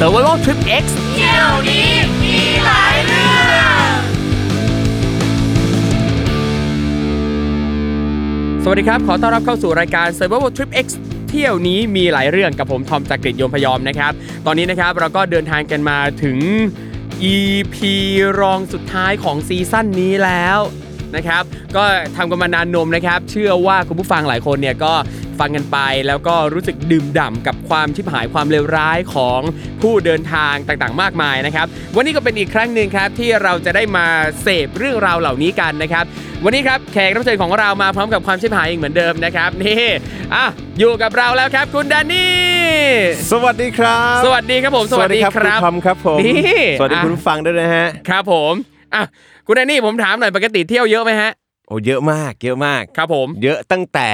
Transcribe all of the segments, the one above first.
s u r v i v a l Trip X เที่ยวนี้มีหลายเรื่อง สวัสดีครับ ขอต้อนรับเข้าสู่รายการ s u r v i v a l Trip X เที่ยวนี้มีหลายเรื่องกับผมทอมจากกรีฑยมพยอมนะครับ ตอนนี้นะครับเราก็เดินทางกันมาถึง EP รองสุดท้ายของซีซั่นนี้แล้วนะครับ ก็ทำกันมานานนมนะครับ เชื่อว่าคุณผู้ฟังหลายคนเนี่ยก็ฟังกันไปแล้วก็รู้สึกดื่มด่ำกับความชิบหายความเลวร้ายของผู้เดินทางต่างๆ มากมายนะครับ วันนี้ก็เป็นอีกครั้งหนึ่งครับที่เราจะได้มาเสพเรื่องราวเหล่านี้กันนะครับ วันนี้ครับแขกรับเชิญของเรามาพร้อมกับความชิบหายอีกเหมือนเดิมนะครับนี่อ่ะอยู่กับเราแล้วครับคุณแดนนี่ สวัสดีครับ สวัสดีครับผม คุณทอมครับผม นี่ สวัสดีคุณ อ่ะ ผู้ฟังด้วยนะฮะ ครับผมอ่ะคุณแอนนี่ผมถามหน่อยปกติเที่ยวเยอะไหมฮะ โอ้เยอะมาก เยอะมาก ครับผม เยอะตั้งแต่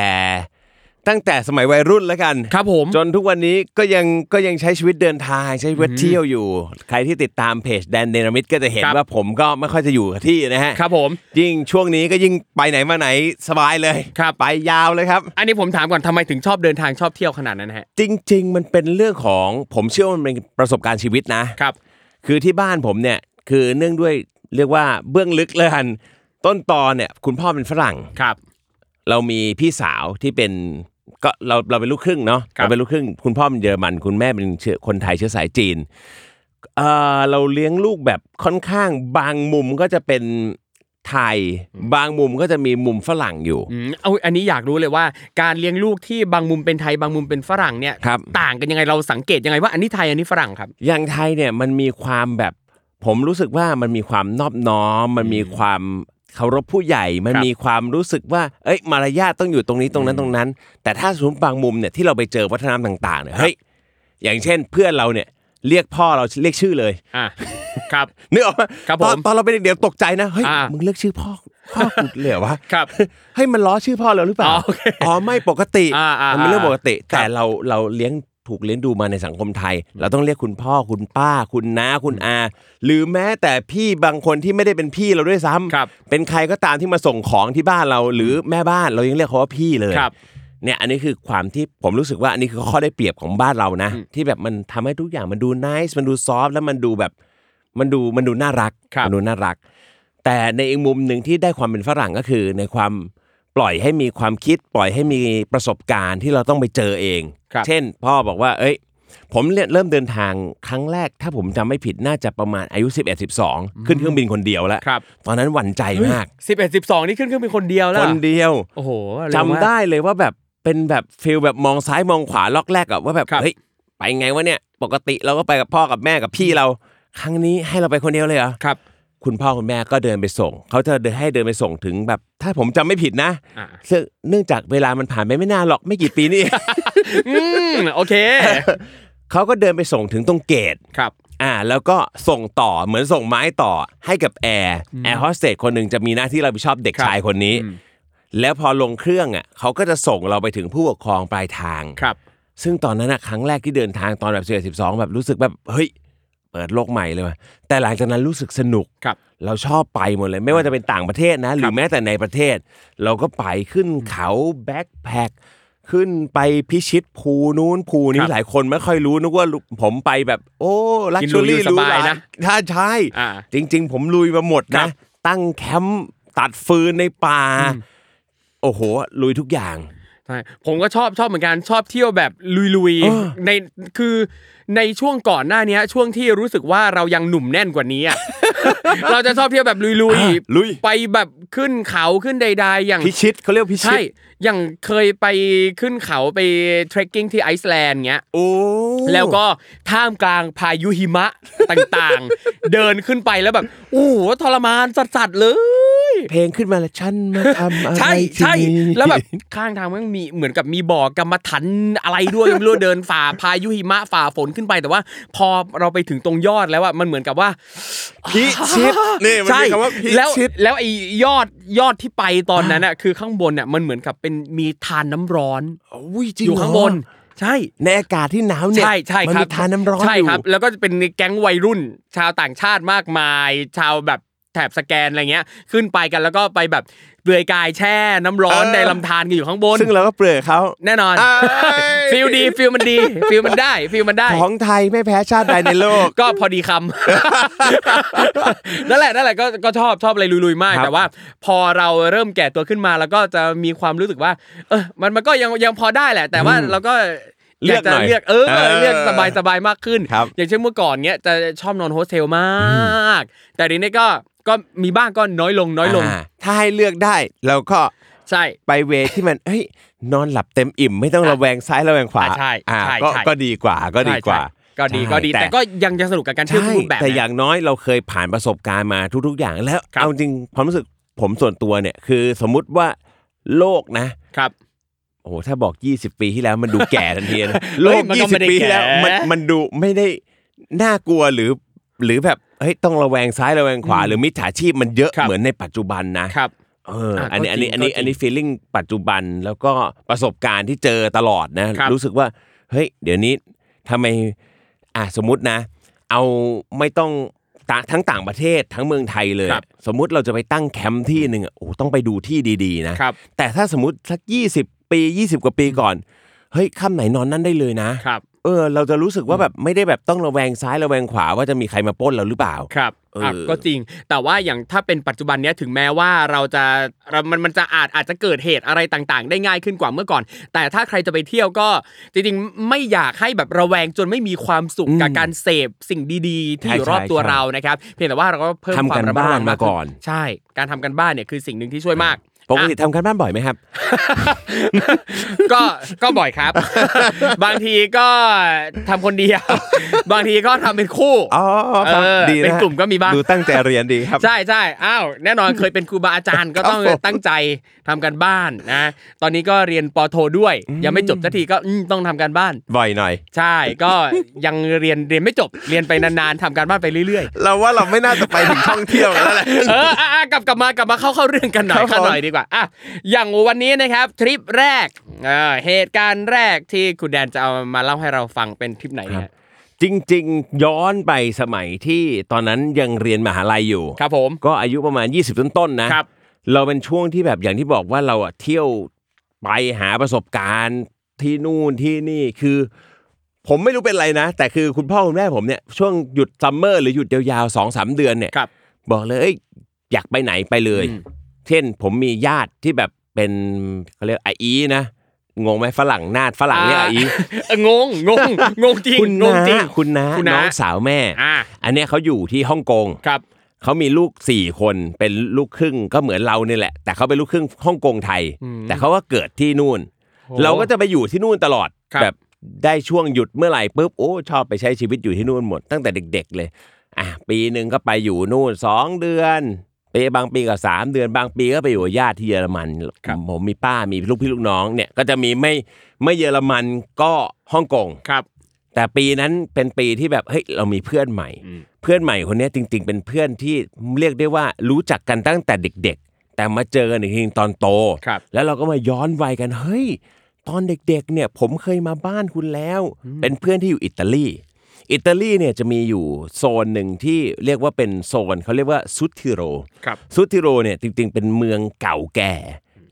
ตั้งแต่สมัยวัยรุ่นแล้วกัน ครับผม จนทุกวันนี้ก็ยังก็ยังใช้ชีวิตเดินทางใช้ชีวิตเที่ยวอยู่ ใครที่ติดตามเพจแดนเดนามิดก็จะเห็น ครับ ว่าผมก็ไม่ค่อยจะอยู่กับที่นะฮะ ครับผม ยิ่งช่วงนี้ก็ยิ่งไปไหนมาไหนสบายเลย ครับ ไปยาวเลยครับ อันนี้ผมถามก่อนทำไมถึงชอบเดินทางชอบเที่ยวขนาดนั้นฮะ จริง ๆ มันเป็นเรื่องของผมเชื่อว่ามันเป็นประสบการณ์ชีวิตนะ ครับ คือที่บ้านผมเนี่ยคือเนื่องด้วยเรียกว่าเบื้องลึกเลยกันต้นตอนเนี่ยคุณพ่อเป็นฝรั่ง ครับ เรามีพี่สาวที่เป็นก็เราเราเป็นลูกครึ่งเนาะ ครับ เราเป็นลูกครึ่ง คุณพ่อเป็นเยอรมัน คุณแม่เป็นเชื้อคนไทยเชื้อสายจีนเอ่อเราเลี้ยงลูกแบบค่อนข้างบางมุมก็จะเป็นไทย บางมุมก็จะมีมุมฝรั่งอยู่ อืมเอาอันนี้อยากรู้เลยว่า การเลี้ยงลูกที่บางมุมเป็นไทยบางมุมเป็นฝรั่งเนี่ย ครับ ต่างกันยังไงเราสังเกตยังไงว่าอันนี้ไทยอันนี้ฝรั่งครับ อย่างไทยเนี่ยมันมีความแบบผมรู้สึกว่ามันมีความนอบน้อม มันมีความเคารพผู้ใหญ่ มันมีความรู้สึกว่า เอ้ยมารยาทต้องอยู่ตรงนี้ตรงนั้นตรงนั้น แต่ถ้าสมมติบางมุมเนี่ยที่เราไปเจอวัฒนธรรมต่างๆเนี่ยเฮ้ยอย่างเช่นเพื่อนเราเนี่ยเรียกพ่อเราเรียกชื่อเลย อ่ะ ครับ นึกออกไหม ครับ ตอน ผม ตอนเราเป็นเด็กเดี๋ยวตกใจนะเฮ้ย อ่ามึ มึงเรียกชื่อพ่อพ่อกูเลยเหรอวะ ครับ ให้ยมันล้อชื่อพ่อเราหรือเปล่า อ๋อโอเค อ๋อไม่ปกติ อ่าอ่า มันเป็นเรื่องปกติ ครับ แต่เราเราเลี้ยงถูกเลี้ยงดูมาในสังคมไทย เราต้องเรียกคุณพ่อคุณป้า คุณน้าคุณอา หรือแม้แต่พี่บางคนที่ไม่ได้เป็นพี่เราด้วยซ้ำ ครับ เป็นใครก็ตามที่มาส่งของที่บ้านเรา หรือแม่บ้านเรายังเรียกเขาว่าพี่เลย ครับ เนี่ยอันนี้คือความที่ผมรู้สึกว่าอันนี้คือข้อได้เปรียบของบ้านเรานะ ที่แบบมันทำให้ทุกอย่างมันดูน่าสมันดูซอฟแล้วมันดูแบบมันดูมันดูน่ารัก ครับ มันดูน่ารัก แต่ในอีกมุมหนึ่งที่ได้ความเป็นฝรั่งก็คือในความปล่อยให้มีความคิด ปล่อยให้มีประสบการณ์ที่เราต้องไปเจอเอง ครับ เช่น พ่อบอกว่า เอ้ย ผมเนี่ยเริ่มเดินทางครั้งแรก ถ้าผมจำไม่ผิดน่าจะประมาณอายุ 11 12 ขึ้นเครื่องบินคนเดียวแล้ว ครับ ตอนนั้นหวั่นใจมาก 11 12 นี่ขึ้นเครื่องเป็นคนเดียวแล้ว ค เหรอน เดียว โอ้โหเร็ว จำ มาก ได้เลยว่าแบบเป็นแบบฟิลแบบมองซ้ายมองขวาล็อกแรกอะว่าแบบ ครับ เฮ้ยไปไงวะเนี่ยปกติเราก็ไปกับพ่อกับแม่กับพี่เรา ครั้งนี้ให้เราไปคนเดียวเลยเหรอ ครับ คุณพ่อคุณแม่ก็เดินไปส่ง เขาจะเดินให้เดินไปส่งถึงแบบ ถ้าผมจำไม่ผิดนะ อ่า ซึ่งเนื่องจากเวลามันผ่านไปไม่นานหรอกไม่กี่ปีนี่ อืมโอเค เขาก็เดินไปส่งถึงตรงเกต ครับ อ่า แล้วก็ส่งต่อเหมือนส่งไม้ต่อให้กับแอร์แอร์โฮสเตสคนหนึ่งจะมีหน้าที่รับผิดชอบเด็ก ครับ ชายคนนี้ อืม แล้วพอลงเครื่องอ่ะเขาก็จะส่งเราไปถึงผู้ปกครองปลายทาง ครับ ซึ่งตอนนั้นอะครั้งแรกที่เดินทางตอนแบบสิบเอ็ดสิบสองแบบรู้สึกแบบเฮ้ยเปิดโลกใหม่เลยว่ะแต่หลังจากนั้นรู้สึกสนุก ครับ เราชอบไปหมดเลย ไม่ว่าจะเป็นต่างประเทศนะ หรือแม้แต่ในประเทศ เราก็ไปขึ้นเขาแบ็คแพคขึ้นไปพิชิตภูนู้นภู ค นี้ รับ หลายคนไม่ค่อยรู้นึกว่าผมไปแบบโอ้ลัก กินหรู ชัวรี่ อยู่สบายนะ ถ้าใช่ อ่า จริง ๆ ผมลุยมาหมด ครั นะ บ ตั้งแคมป์ ตัดฟืนในป่า โอ้โห ลุยทุกอย่าง ใช่ผมก็ชอบชอบเหมือนกันชอบเที่ยวแบบลุย เออ ๆในคือในช่วงก่อนหน้าเนี้ย ช่วงที่รู้สึกว่าเรายังหนุ่มแน่นกว่านี้อะ เราจะชอบเที่ยวแบบลุย ลุย ๆไปแบบขึ้นเขาขึ้นใด ๆ อย่าง พิชิตเขาเรียกพิชิ ใช่ ต อย่างเคยไปขึ้นเขาไปเทรคกิ้งที่ไอซ์แลนด์เงี้ย โอ้ แล้วก็ท่ามกลางพายุหิมะ ต่างๆ เดินขึ้นไปแล้วแบบโอ้โหทรมานสัสๆเลย เพลงขึ้นมาแล้วฉันมาทำอะไร ใช่ ที่ ใช่ นี่ แล้วแบบข้างทางมันมีเหมือนกับมีบ่อกรรมฐานอะไรด้วยยังไม่รู้เดินฝ่าพายุหิมะฝ่าฝนขึ้นไปแต่ว่า พอเราไปถึงตรงยอดแล้วอะมันเหมือนกับว่า พิชิ ตนี่มัน ใช่ มีคำว่าพิ แล้ว ชิต แล้วไอ้ยอดยอดที่ไปตอนนั้นอะคือข้างบนอะมันเหมือนกับเป็นมีทานน้ำร้อน อุ้ยจริง อยู่ข้างบน เหร ใช่ ในอากาศที่หนาวเนี่ย ใช่ใช่ มัน ครับ มีทานน้ำร้อน ใช่ อยู่ ครับ แล้วก็จะเป็นแก๊งวัยรุ่น ชาวต่างชาติมากมาย ชาวแบบแถบสแกนอะไรเงี้ย ขึ้นไปกันแล้วก็ไปแบบเปลือยกายแช่น้ำร้อน เออ ในลำธารกันอยู่ข้างบน ซึ่งเราก็เปลือยเขา แน่นอน เอ้ย ฟิลดีฟิลมันดีฟิลมันได้ฟิลมันได้ ของไทยไม่แพ้ชาติใดในโลก ก็พอดีคำ นั่นแหละนั่นแหละก็ก็ชอบชอบอะไรลุยๆมาก ครับ แต่ว่า พอเราเริ่มแก่ตัวขึ้นมาแล้วก็จะมีความรู้สึกว่า เออมันมันก็ยังยังพอได้แหละ แต่ว่าเราก็ เลือก ยาจะ หน่อย เลือกเออ เออ เลือกสบายสบายมากขึ้น ครับ อย่างเช่นเมื่อก่อนเนี้ยจะชอบนอนโฮสเทลมาก แต่เดี๋ยวนี้ก็ก็มีบ้างก็น้อยลงน้อยลง าถ้าให้เลือกได้เราก็ ใช่ ไปเวที่มันเฮ้ยนอนหลับเต็มอิ่ม ไม่ต้องระแวงซ้ายระแวงขวา อ่ะใช่ อ่า ใช่ ก็ ใช่ ก็ดีกว่าก็ดีกว่า ใช่ก็ดี ใช่ ก็ดี แต่ก็ยังจะสนุกกับการเที่ยว ใช่ ทุกรูปแบบ แต่ นะ อย่างน้อยเราเคยผ่านประสบการณ์มาทุก ๆ อย่างแล้ว ครับ เอาจริงความรู้สึกผมส่วนตัวเนี่ยคือสมมุติว่าโลกนะ ครับ โอ้โหถ้าบอก 20 ปีที่แล้วมันดูแก่ทันทีนะ โลก เฮ้ยมันก็ไม่ได้ 20 ปีที่แล้ว แก่ มันมันดูไม่ได้น่ากลัวหรือ หรือแบบเฮ้ยต้องระแวงซ้ายระแวงขวา หรือมิจฉาชีพมันเยอะเหมือนในปัจจุบันนะครับ เออ อ่ะ อันนี้ ก็ อัน จริ นี้ ง อันนี้ ก็จริง อันนี้ feeling ปัจจุบันแล้วก็ประสบการณ์ที่เจอตลอดนะ ครับ รู้สึกว่าเฮ้ยเดี๋ยวนี้ทำไมอ่ะสมมตินะ เอาไม่ต้องตะทั้งต่างประเทศทั้งเมืองไทยเลย ครับ สมมุติเราจะไปตั้งแคมป์ที่หนึ่งอ่ะโอ้โหต้องไปดูที่ดีๆนะ ครับ แต่ถ้าสมมติสักยี่สิบปียี่สิบกว่าปีก่อน เฮ้ยค่ำไหนนอนนั่นได้เลยนะครับเออ เราจะรู้สึกว่าแบบไม่ได้แบบต้องระแวงซ้ายระแวงขวาว่าจะมีใครมาปล้นเราหรือเปล่า ครับ เอออ่ ะก็จริง แต่ว่าอย่างถ้าเป็นปัจจุบันเนี้ยถึงแม้ว่าเราจะเรามันมันจะอาจอาจจะเกิดเหตุอะไรต่างๆ ได้ง่ายขึ้นกว่าเมื่อก่อน แต่ถ้าใครจะไปเที่ยวก็จริงๆไม่อยากให้แบบระแวงจนไม่มีความสุขกับการเสพสิ่งดีๆ ที่อยู่รอบตัว ใช่ใช่ เรานะครับ เพียงแต่ว่าเราก็เพิ่ม ทำ ความ การ ระมัดระวัง บ้านมาก่อน ขึ้ใช่ การทำกันบ้านเนี่ยคือสิ่งหนึ่งที่ช่วยมาก ปกติ อ่ะ ทำการบ้านบ่อยไหมครับ ก็ก็บ่อยครับ บางทีก็ทำคนเดียว บางทีก็ทำเป็นคู่ อ๋อครับ เออ ดีนะ เป็นกลุ่มก็มีบ้าง ดูตั้งใจเรียนดีครับ ใช่ใช่อ้าว แน่นอนเคยเป็นครูบาอาจารย์ก็ต้อง ครับผม ตั้งใจทำกันบ้านนะ ตอนนี้ก็เรียนปอโทด้วย ยังไม่จบสักทีก็อืมต้องทำการบ้าน บ่อยหน่อย ใช่ ก็ ยังเรียนเรียนไม่จบ เรียนไปนานๆทำการบ้านไปเรื่อย เราว่าเราไม่น่าจะไปถึงท่องเที่ยวแล้วแหละ ๆ เอออ่ะอ่ะกลับกลับมากลับมาเข้าเข้าเรื่องกันหน่อ ค ย รับผม เข้าหน่อยดีกว่าอ่ะอย่างวันนี้นะครับทริปแรกเออเหตุการณ์แรกที่คุณแดนจะเอามาเล่าให้เราฟังเป็นทริปไหนเนี่ย จริง ๆ ย้อนไปสมัยที่ตอนนั้นยังเรียนมหาลัยอยู่ ครับผม ก็อายุประมาณ 20 ต้นต้นๆนะครับ เราเป็นช่วงที่แบบอย่างที่บอกว่าเราอะเที่ยวไปหาประสบการณ์ที่นู่นที่นี่คือ ผมไม่รู้เป็นไรนะ แต่คือคุณพ่อคุณแม่ผมเนี่ยช่วงหยุดซัมเมอร์หรือหยุดยาวๆสองสามเดือนเนี่ย ครับ บอกเลยเอ้ยอยากไปไหนไปเลย อืม เช่นผมมีญาติที่แบบเป็นเขาเรียกไออีนะงงไหมฝรั่งนาดฝรั่งเรียกไอ อี เงงงงงงจริง คุณ งงจริ น้าง คุณน้า คุณน้า น้องสาวแม่ อ่ะ อันเนี้ยเขาอยู่ที่ฮ่องกง ครับ เขามีลูกสี่คนเป็นลูกครึ่งก็เหมือนเราเนี่ยแหละ แต่เขาเป็นลูกครึ่งฮ่องกงไทย แต่เขาก็เกิดที่นู่น โห เราก็จะไปอยู่ที่นู่นตลอด ครับ แบบได้ช่วงหยุดเมื่อไหร่ปุ๊บโอ้ชอบไปใช้ชีวิตอยู่ที่นู่นหมด ตั้งแต่เด็ก ๆ เลยอ่ะปีหนึ่งก็ไปอยู่นู่นสองเดือนปีบางปีก็สามเดือนบางปีก็ไปอยู่กับญาติที่เยอรมันผมมีป้ามีลูกพี่ลูกน้องเนี่ยก็จะมีไม่ไม่เยอรมันก็ฮ่องกง ครับ แต่ปีนั้นเป็นปีที่แบบเฮ้ยเรามีเพื่อนใหม่ เพื่อนใหม่คนเนี้ยจริง ๆ เป็นเพื่อนที่เรียกได้ว่ารู้จักกันตั้งแต่เด็ก ๆ แต่มาเจอกันจริงๆตอนโต ครับ แล้วเราก็มาย้อนวัยกันเฮ้ยตอนเด็กๆเนี่ยผมเคยมาบ้านคุณแล้ว เป็นเพื่อนที่อยู่อิตาลี อิตาลีเนี่ยจะมีอยู่โซนหนึ่งที่เรียกว่าเป็นโซนเขาเรียกว่าซุติโร ครับ ซุติโรเนี่ยจริงๆ เป็นเมืองเก่าแก่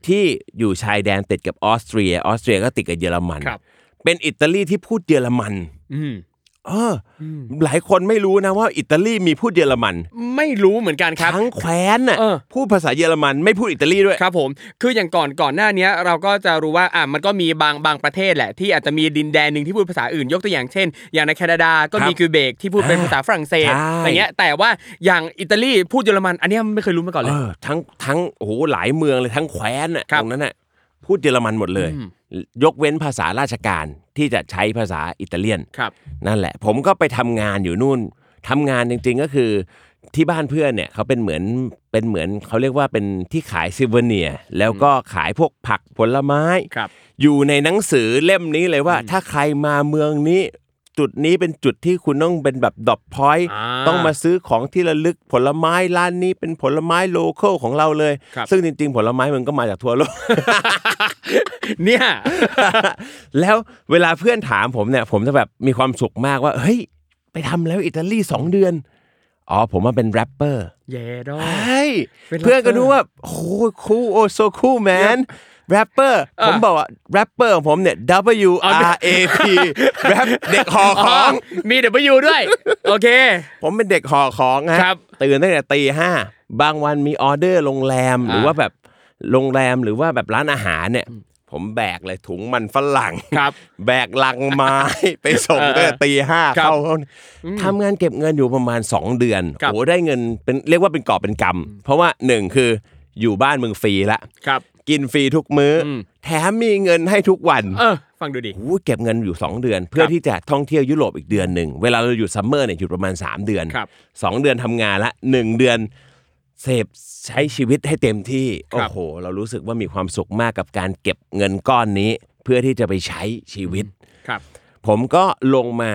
ที่อยู่ชายแดนติดกับออสเตรีย ออสเตรียก็ติดกับเยอรมัน ครับ เป็นอิตาลีที่พูดเยอรมัน อืม เอออหลายคนไม่รู้นะว่าอิตาลีมีพูดเยอรมัน ไม่รู้เหมือนกันครับ ทั้งแคว้นน่ะ เออ พูดภาษาเยอรมันไม่พูดอิตาลีด้วย ครับผม คืออย่างก่อนก่อนหน้าเนี้ยเราก็จะรู้ว่าอ่ะมันก็มีบางบางประเทศแหละ ที่อาจจะมีดินแดนหนึ่งที่พูดภาษาอื่นยกตัวอย่างเช่น อย่างในแคนาดาก็มี ครับ กิวเบกที่พูดเป็นภาษาฝรั่งเศส ใช่ อะไรเงี้ยแต่ว่าอย่างอิตาลีพูดเยอรมัน อันเนี้ยไม่เคยรู้มาก่อนเล เอย อทั้งทั้งโอ้โหหลายเมืองเลยทั้งแคว้นน่ะ ครับ ตรงนั้นน่ะพูดเยอรมันหมดเลย อืม ยกเว้นภาษาราชการที่จะใช้ภาษาอิตาเลียน ครับ นั่นแหละ ผมก็ไปทำงานอยู่นู่นทำงานจริงๆก็คือที่บ้านเพื่อนเนี่ยเขาเป็นเหมือนเป็นเหมือนเขาเรียกว่าเป็นที่ขายซิเวเนียร์แล้วก็ขายพวกผักผลไม้ ครับ อยู่ในหนังสือเล่มนี้เลยว่า ถ้าใครมาเมืองนี้ จุดนี้เป็นจุดที่คุณต้องเป็นแบบดอปพอยต์ า ต้องมาซื้อของที่ระลึกผลไม้ร้านนี้เป็นผลไม้โลเคอลของเราเลย ครับ ซึ่งจริงๆ ผลไม้มันก็มาจากทั่วโลก เนี่ย แล้วเวลาเพื่อนถามผมเนี่ย ผมจะแบบมีความสุขมากว่า เฮ้ย ไปทำแล้วอิตาลีสองเดือน อ๋อ ผมว่าเป็นแรปเปอร์ เยดอ เฮ้ย เป็นแรปเปอร์ เพื่อนก็นึกว่าโอ้คูโอโซคูแมนแรปเปอร์ เออ ผมบอกว่าแรปเปอร์ของผมเนี่ย W R A P แรปเด็กหอ ข ข อ อง งมีเดบิวด้วย โอเค ผมเป็นเด็กหอของฮะ ครับ ตื่นตั้งแต่ตีห้าบางวันมีออเดอร์โรงแรมหรือว่าแบบโรงแรมหรือว่าแบบร้านอาหารเนี่ย ผมแบกเลยถุงมันฝรั่ง ครับ แบกลังไม้ ไปส่ง เออ ตั้งแต่ตีห้า ครับ เข้าห้องทำงานเก็บเงินอยู่ประมาณ 2 เดือน ครับ โอ้ได้เงินเป็นเรียกว่าเป็นกอบเป็นกำเพราะว่าหนึ่งคืออยู่บ้านมึงฟรีละ ครับ กินฟรีทุกมื้ออ ม แถมมีเงินให้ทุกวัน เออ ฟังดูดิ โอ้เก็บเงินอยู่ 2 เดือน เพื่อที่จะท่องเที่ยวยุโรปอีกเดือนหนึ่งเวลาเราหยุดซัมเมอร์เนี่ยหยุดประมาณ 3 เดือน ครับ 2 เดือนทำงานละ 1 เดือนเสพใช้ชีวิตให้เต็มที่ ค โอ้ รับ โห เรารู้สึกว่ามีความสุขมากกับการเก็บเงินก้อนนี้ เพื่อที่จะไปใช้ชีวิต ครับ ผมก็ลงมา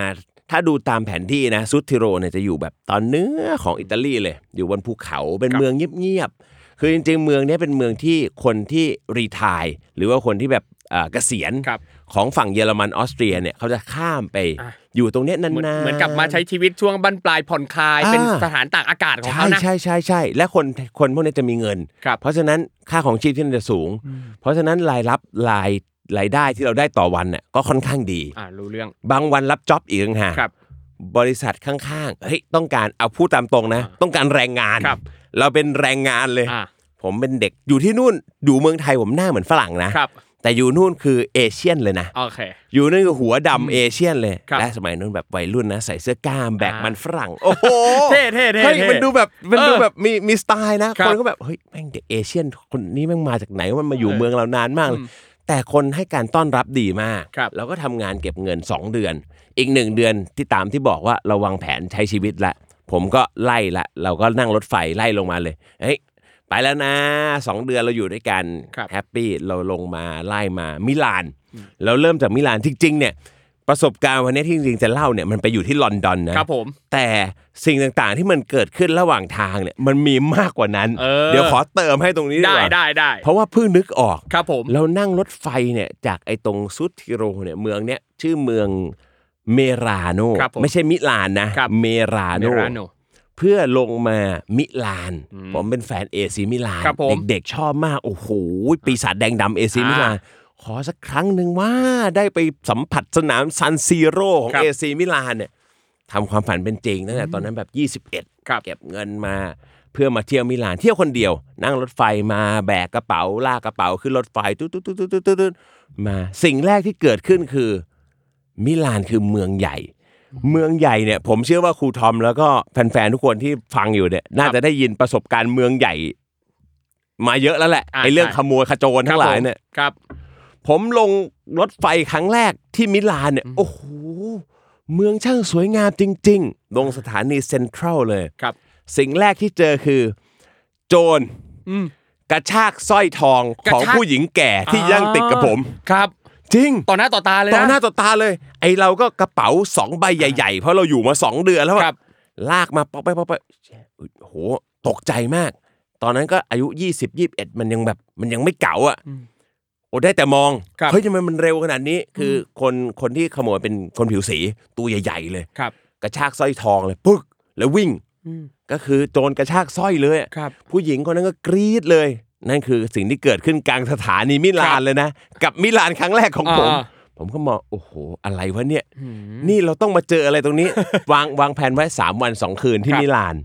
ถ้าดูตามแผนที่นะซุดทิโรเนี่ยจะอยู่แบบตอนเหนื้อของอิตาลีเลย อยู่บนภูเขาเป็นเมืองเงียบๆคือจริงๆ เมืองเนี้ยเป็นเมืองที่คนที่รีไทายหรือว่าคนที่แบบเอ่อเกษียณ ครับ ของฝั่งเยอรมันออสเตรียเนี่ยเขาจะข้ามไป อ่ะ อยู่ตรงเนี้ยนา เหมือน นๆ เหมือนกลับมาใช้ชีวิตช่วงบั้นปลายผ่อนคลาย อ่า เป็นสถานตากอากาศของ ใช่ เขานะ ใช่ใช่ใช่และคนคนพวกนี้จะมีเงิน ครับ เพราะฉะนั้นค่าของชีพที่มันจะสูง เพราะฉะนั้นรายรับรายรายได้ที่เราได้ต่อวันเนี่ยก็ค่อนข้างดี อ่ารู้เรื่อง บางวันรับจ็อบอีกต่างหาก ครับ บริษัทข้างๆ เฮ้ย ต้องการเอาพูดตามตรงนะ ต้องการแรงงาน ครับ เราเป็นแรงงานเลย อ่า ผมเป็นเด็กอยู่ที่นู่น อยู่เมืองไทยผมหน้าเหมือนฝรั่งนะ ครับ แต่อยู่นู่นคือเอเชียนเลยนะ โอเค อยู่นั่นคือหัวดำเอเชียนเลย ครับ และสมัยนู้นแบบวัยรุ่นนะ ใส่เสื้อกล้ามแบก อ่ามั มันฝรั่ง โอ้โห เท่เท่เท่ ฮ้ย เท่ มันดูแบบ มันดูแบบมีมีสไตล์นะ ครับ คนก็แบบ เฮ้ย แม่งเด็กเอเชียน คนนี้แม่งมาจากไหนวะมันมาอยู่ เออ เมืองเรานานมากเลยแต่คนให้การต้อนรับดีมาก ครับ แล้วก็ทำงานเก็บเงิน 2 เดือน อีกหนึ่งเดือนที่ตามที่บอกว่าเราวางแผนใช้ชีวิตละ ผมก็ไล่ละ เราก็นั่งรถไฟไล่ลงมาเลย เฮ้ย ไปแล้วนะสองเดือนเราอยู่ด้วยกัน ครับ แฮปปี้เราลงมาไล่มามิลาน เราเริ่มจากมิลานจริงๆเนี่ยประสบการณ์วันนี้ที่จริงๆจะเล่าเนี่ยมันไปอยู่ที่ลอนดอนนะครับ ผม แต่สิ่งต่างๆที่มันเกิดขึ้นระหว่างทางเนี่ยมันมีมากกว่านั้น เออ ยวขอเติมให้ตรงนี้ ได้ กว่า ได้ได้ เพราะว่าเพิ่งนึกออก ครับผม เรานั่งรถไฟเนี่ยจากไอ้ตรงซุดทิโรเนี่ยเมืองเนี่ยชื่อเมืองเมราโน ครับผม ไม่ใช่มิลานนะครับ เมราโน เมราโน เพื่อลงมามิลาน ผมเป็นแฟนเอซีมิลาน ครับผม เด็กๆชอบมาก โอ้โห ปีศาจแดงดำเอซี อ่ามิ มิลาน ขอสักครั้งหนึ่งว่าได้ไปสัมผัสสนามซันซีโร่ของ ครับ เอซีมิลานเนี่ยทำความฝันเป็นจริงตั้งแต่ตอนนั้นแบบ 21 ครับ เก็บเงินมาเพื่อมาเที่ยวมิลาน เที่ยวคนเดียว นั่งรถไฟมาแบกกระเป๋าลากกระเป๋าขึ้นรถไฟตุ๊ดตุ๊ดตุ๊ดตุ๊ดตุ๊ดตุ๊ดมาสิ่งแรกที่เกิดขึ้นคือ มิลานคือเมืองใหญ่ เมืองใหญ่เนี่ยผมเชื่อว่าครูทอมแล้วก็แฟนๆทุกคนที่ฟังอยู่เนี่ยน่าจะได้ยินประสบการณ์เมืองใหญ่ มาเยอะแล้วแหละ อ่ะ ไอ้เรื่อง ใช่ ขโมยขโจรทั้งหลายเนี่ย ครับ ผมลงรถไฟครั้งแรกที่มิลานเนี่ยโอ้โหเมืองช่างสวยงามจริง ๆ ลงสถานีเซ็นทรัลเลย ครับ สิ่งแรกที่เจอคือ โจร อืม กระชากสร้อยทองขอกงระชาก ผู้หญิงแก่ที่ยั่งติดกับผม ครับ จริง ต่อหน้าต่อตาเลยนะ ต่อหน้าต่อตาเลย ไอเราก็กระเป๋าสองใบใหญ่ ๆ เพราะเราอยู่มาสองเดือนแล้วอะ ครับ ลากมาป๊อกไปป๊อกไปโอ้โหตกใจมาก ตอนนั้นก็อายุ 20 21 มันยังแบบมันยังไม่เก่าอ่ะโอ้ได้แต่มอง ครับ เฮ้ยทำไมมันเร็วขนาดนี้ คืออคนคนที่ขโมยเป็นคนผิวสีตัวใหญ่ ๆ เลย ครับ กระชากสร้อยทองเลยปึ๊กแล้ววิ่งก็คือโจรกระชากสร้อยเลยอะ ครับ ผู้หญิงคนนั้นก็กรี๊ดเลย นั่นคือสิ่งที่เกิดขึ้นกลางสถานีมิลานเลยนะ กับมิลานครั้งแรกของผม อ่า ผมก็มองโอ้โหอะไรวะเนี่ย นี่เราต้องมาเจออะไรตรงนี้ วางวางแผนไว้สามวันสองคืนที่ ครับ มิลาน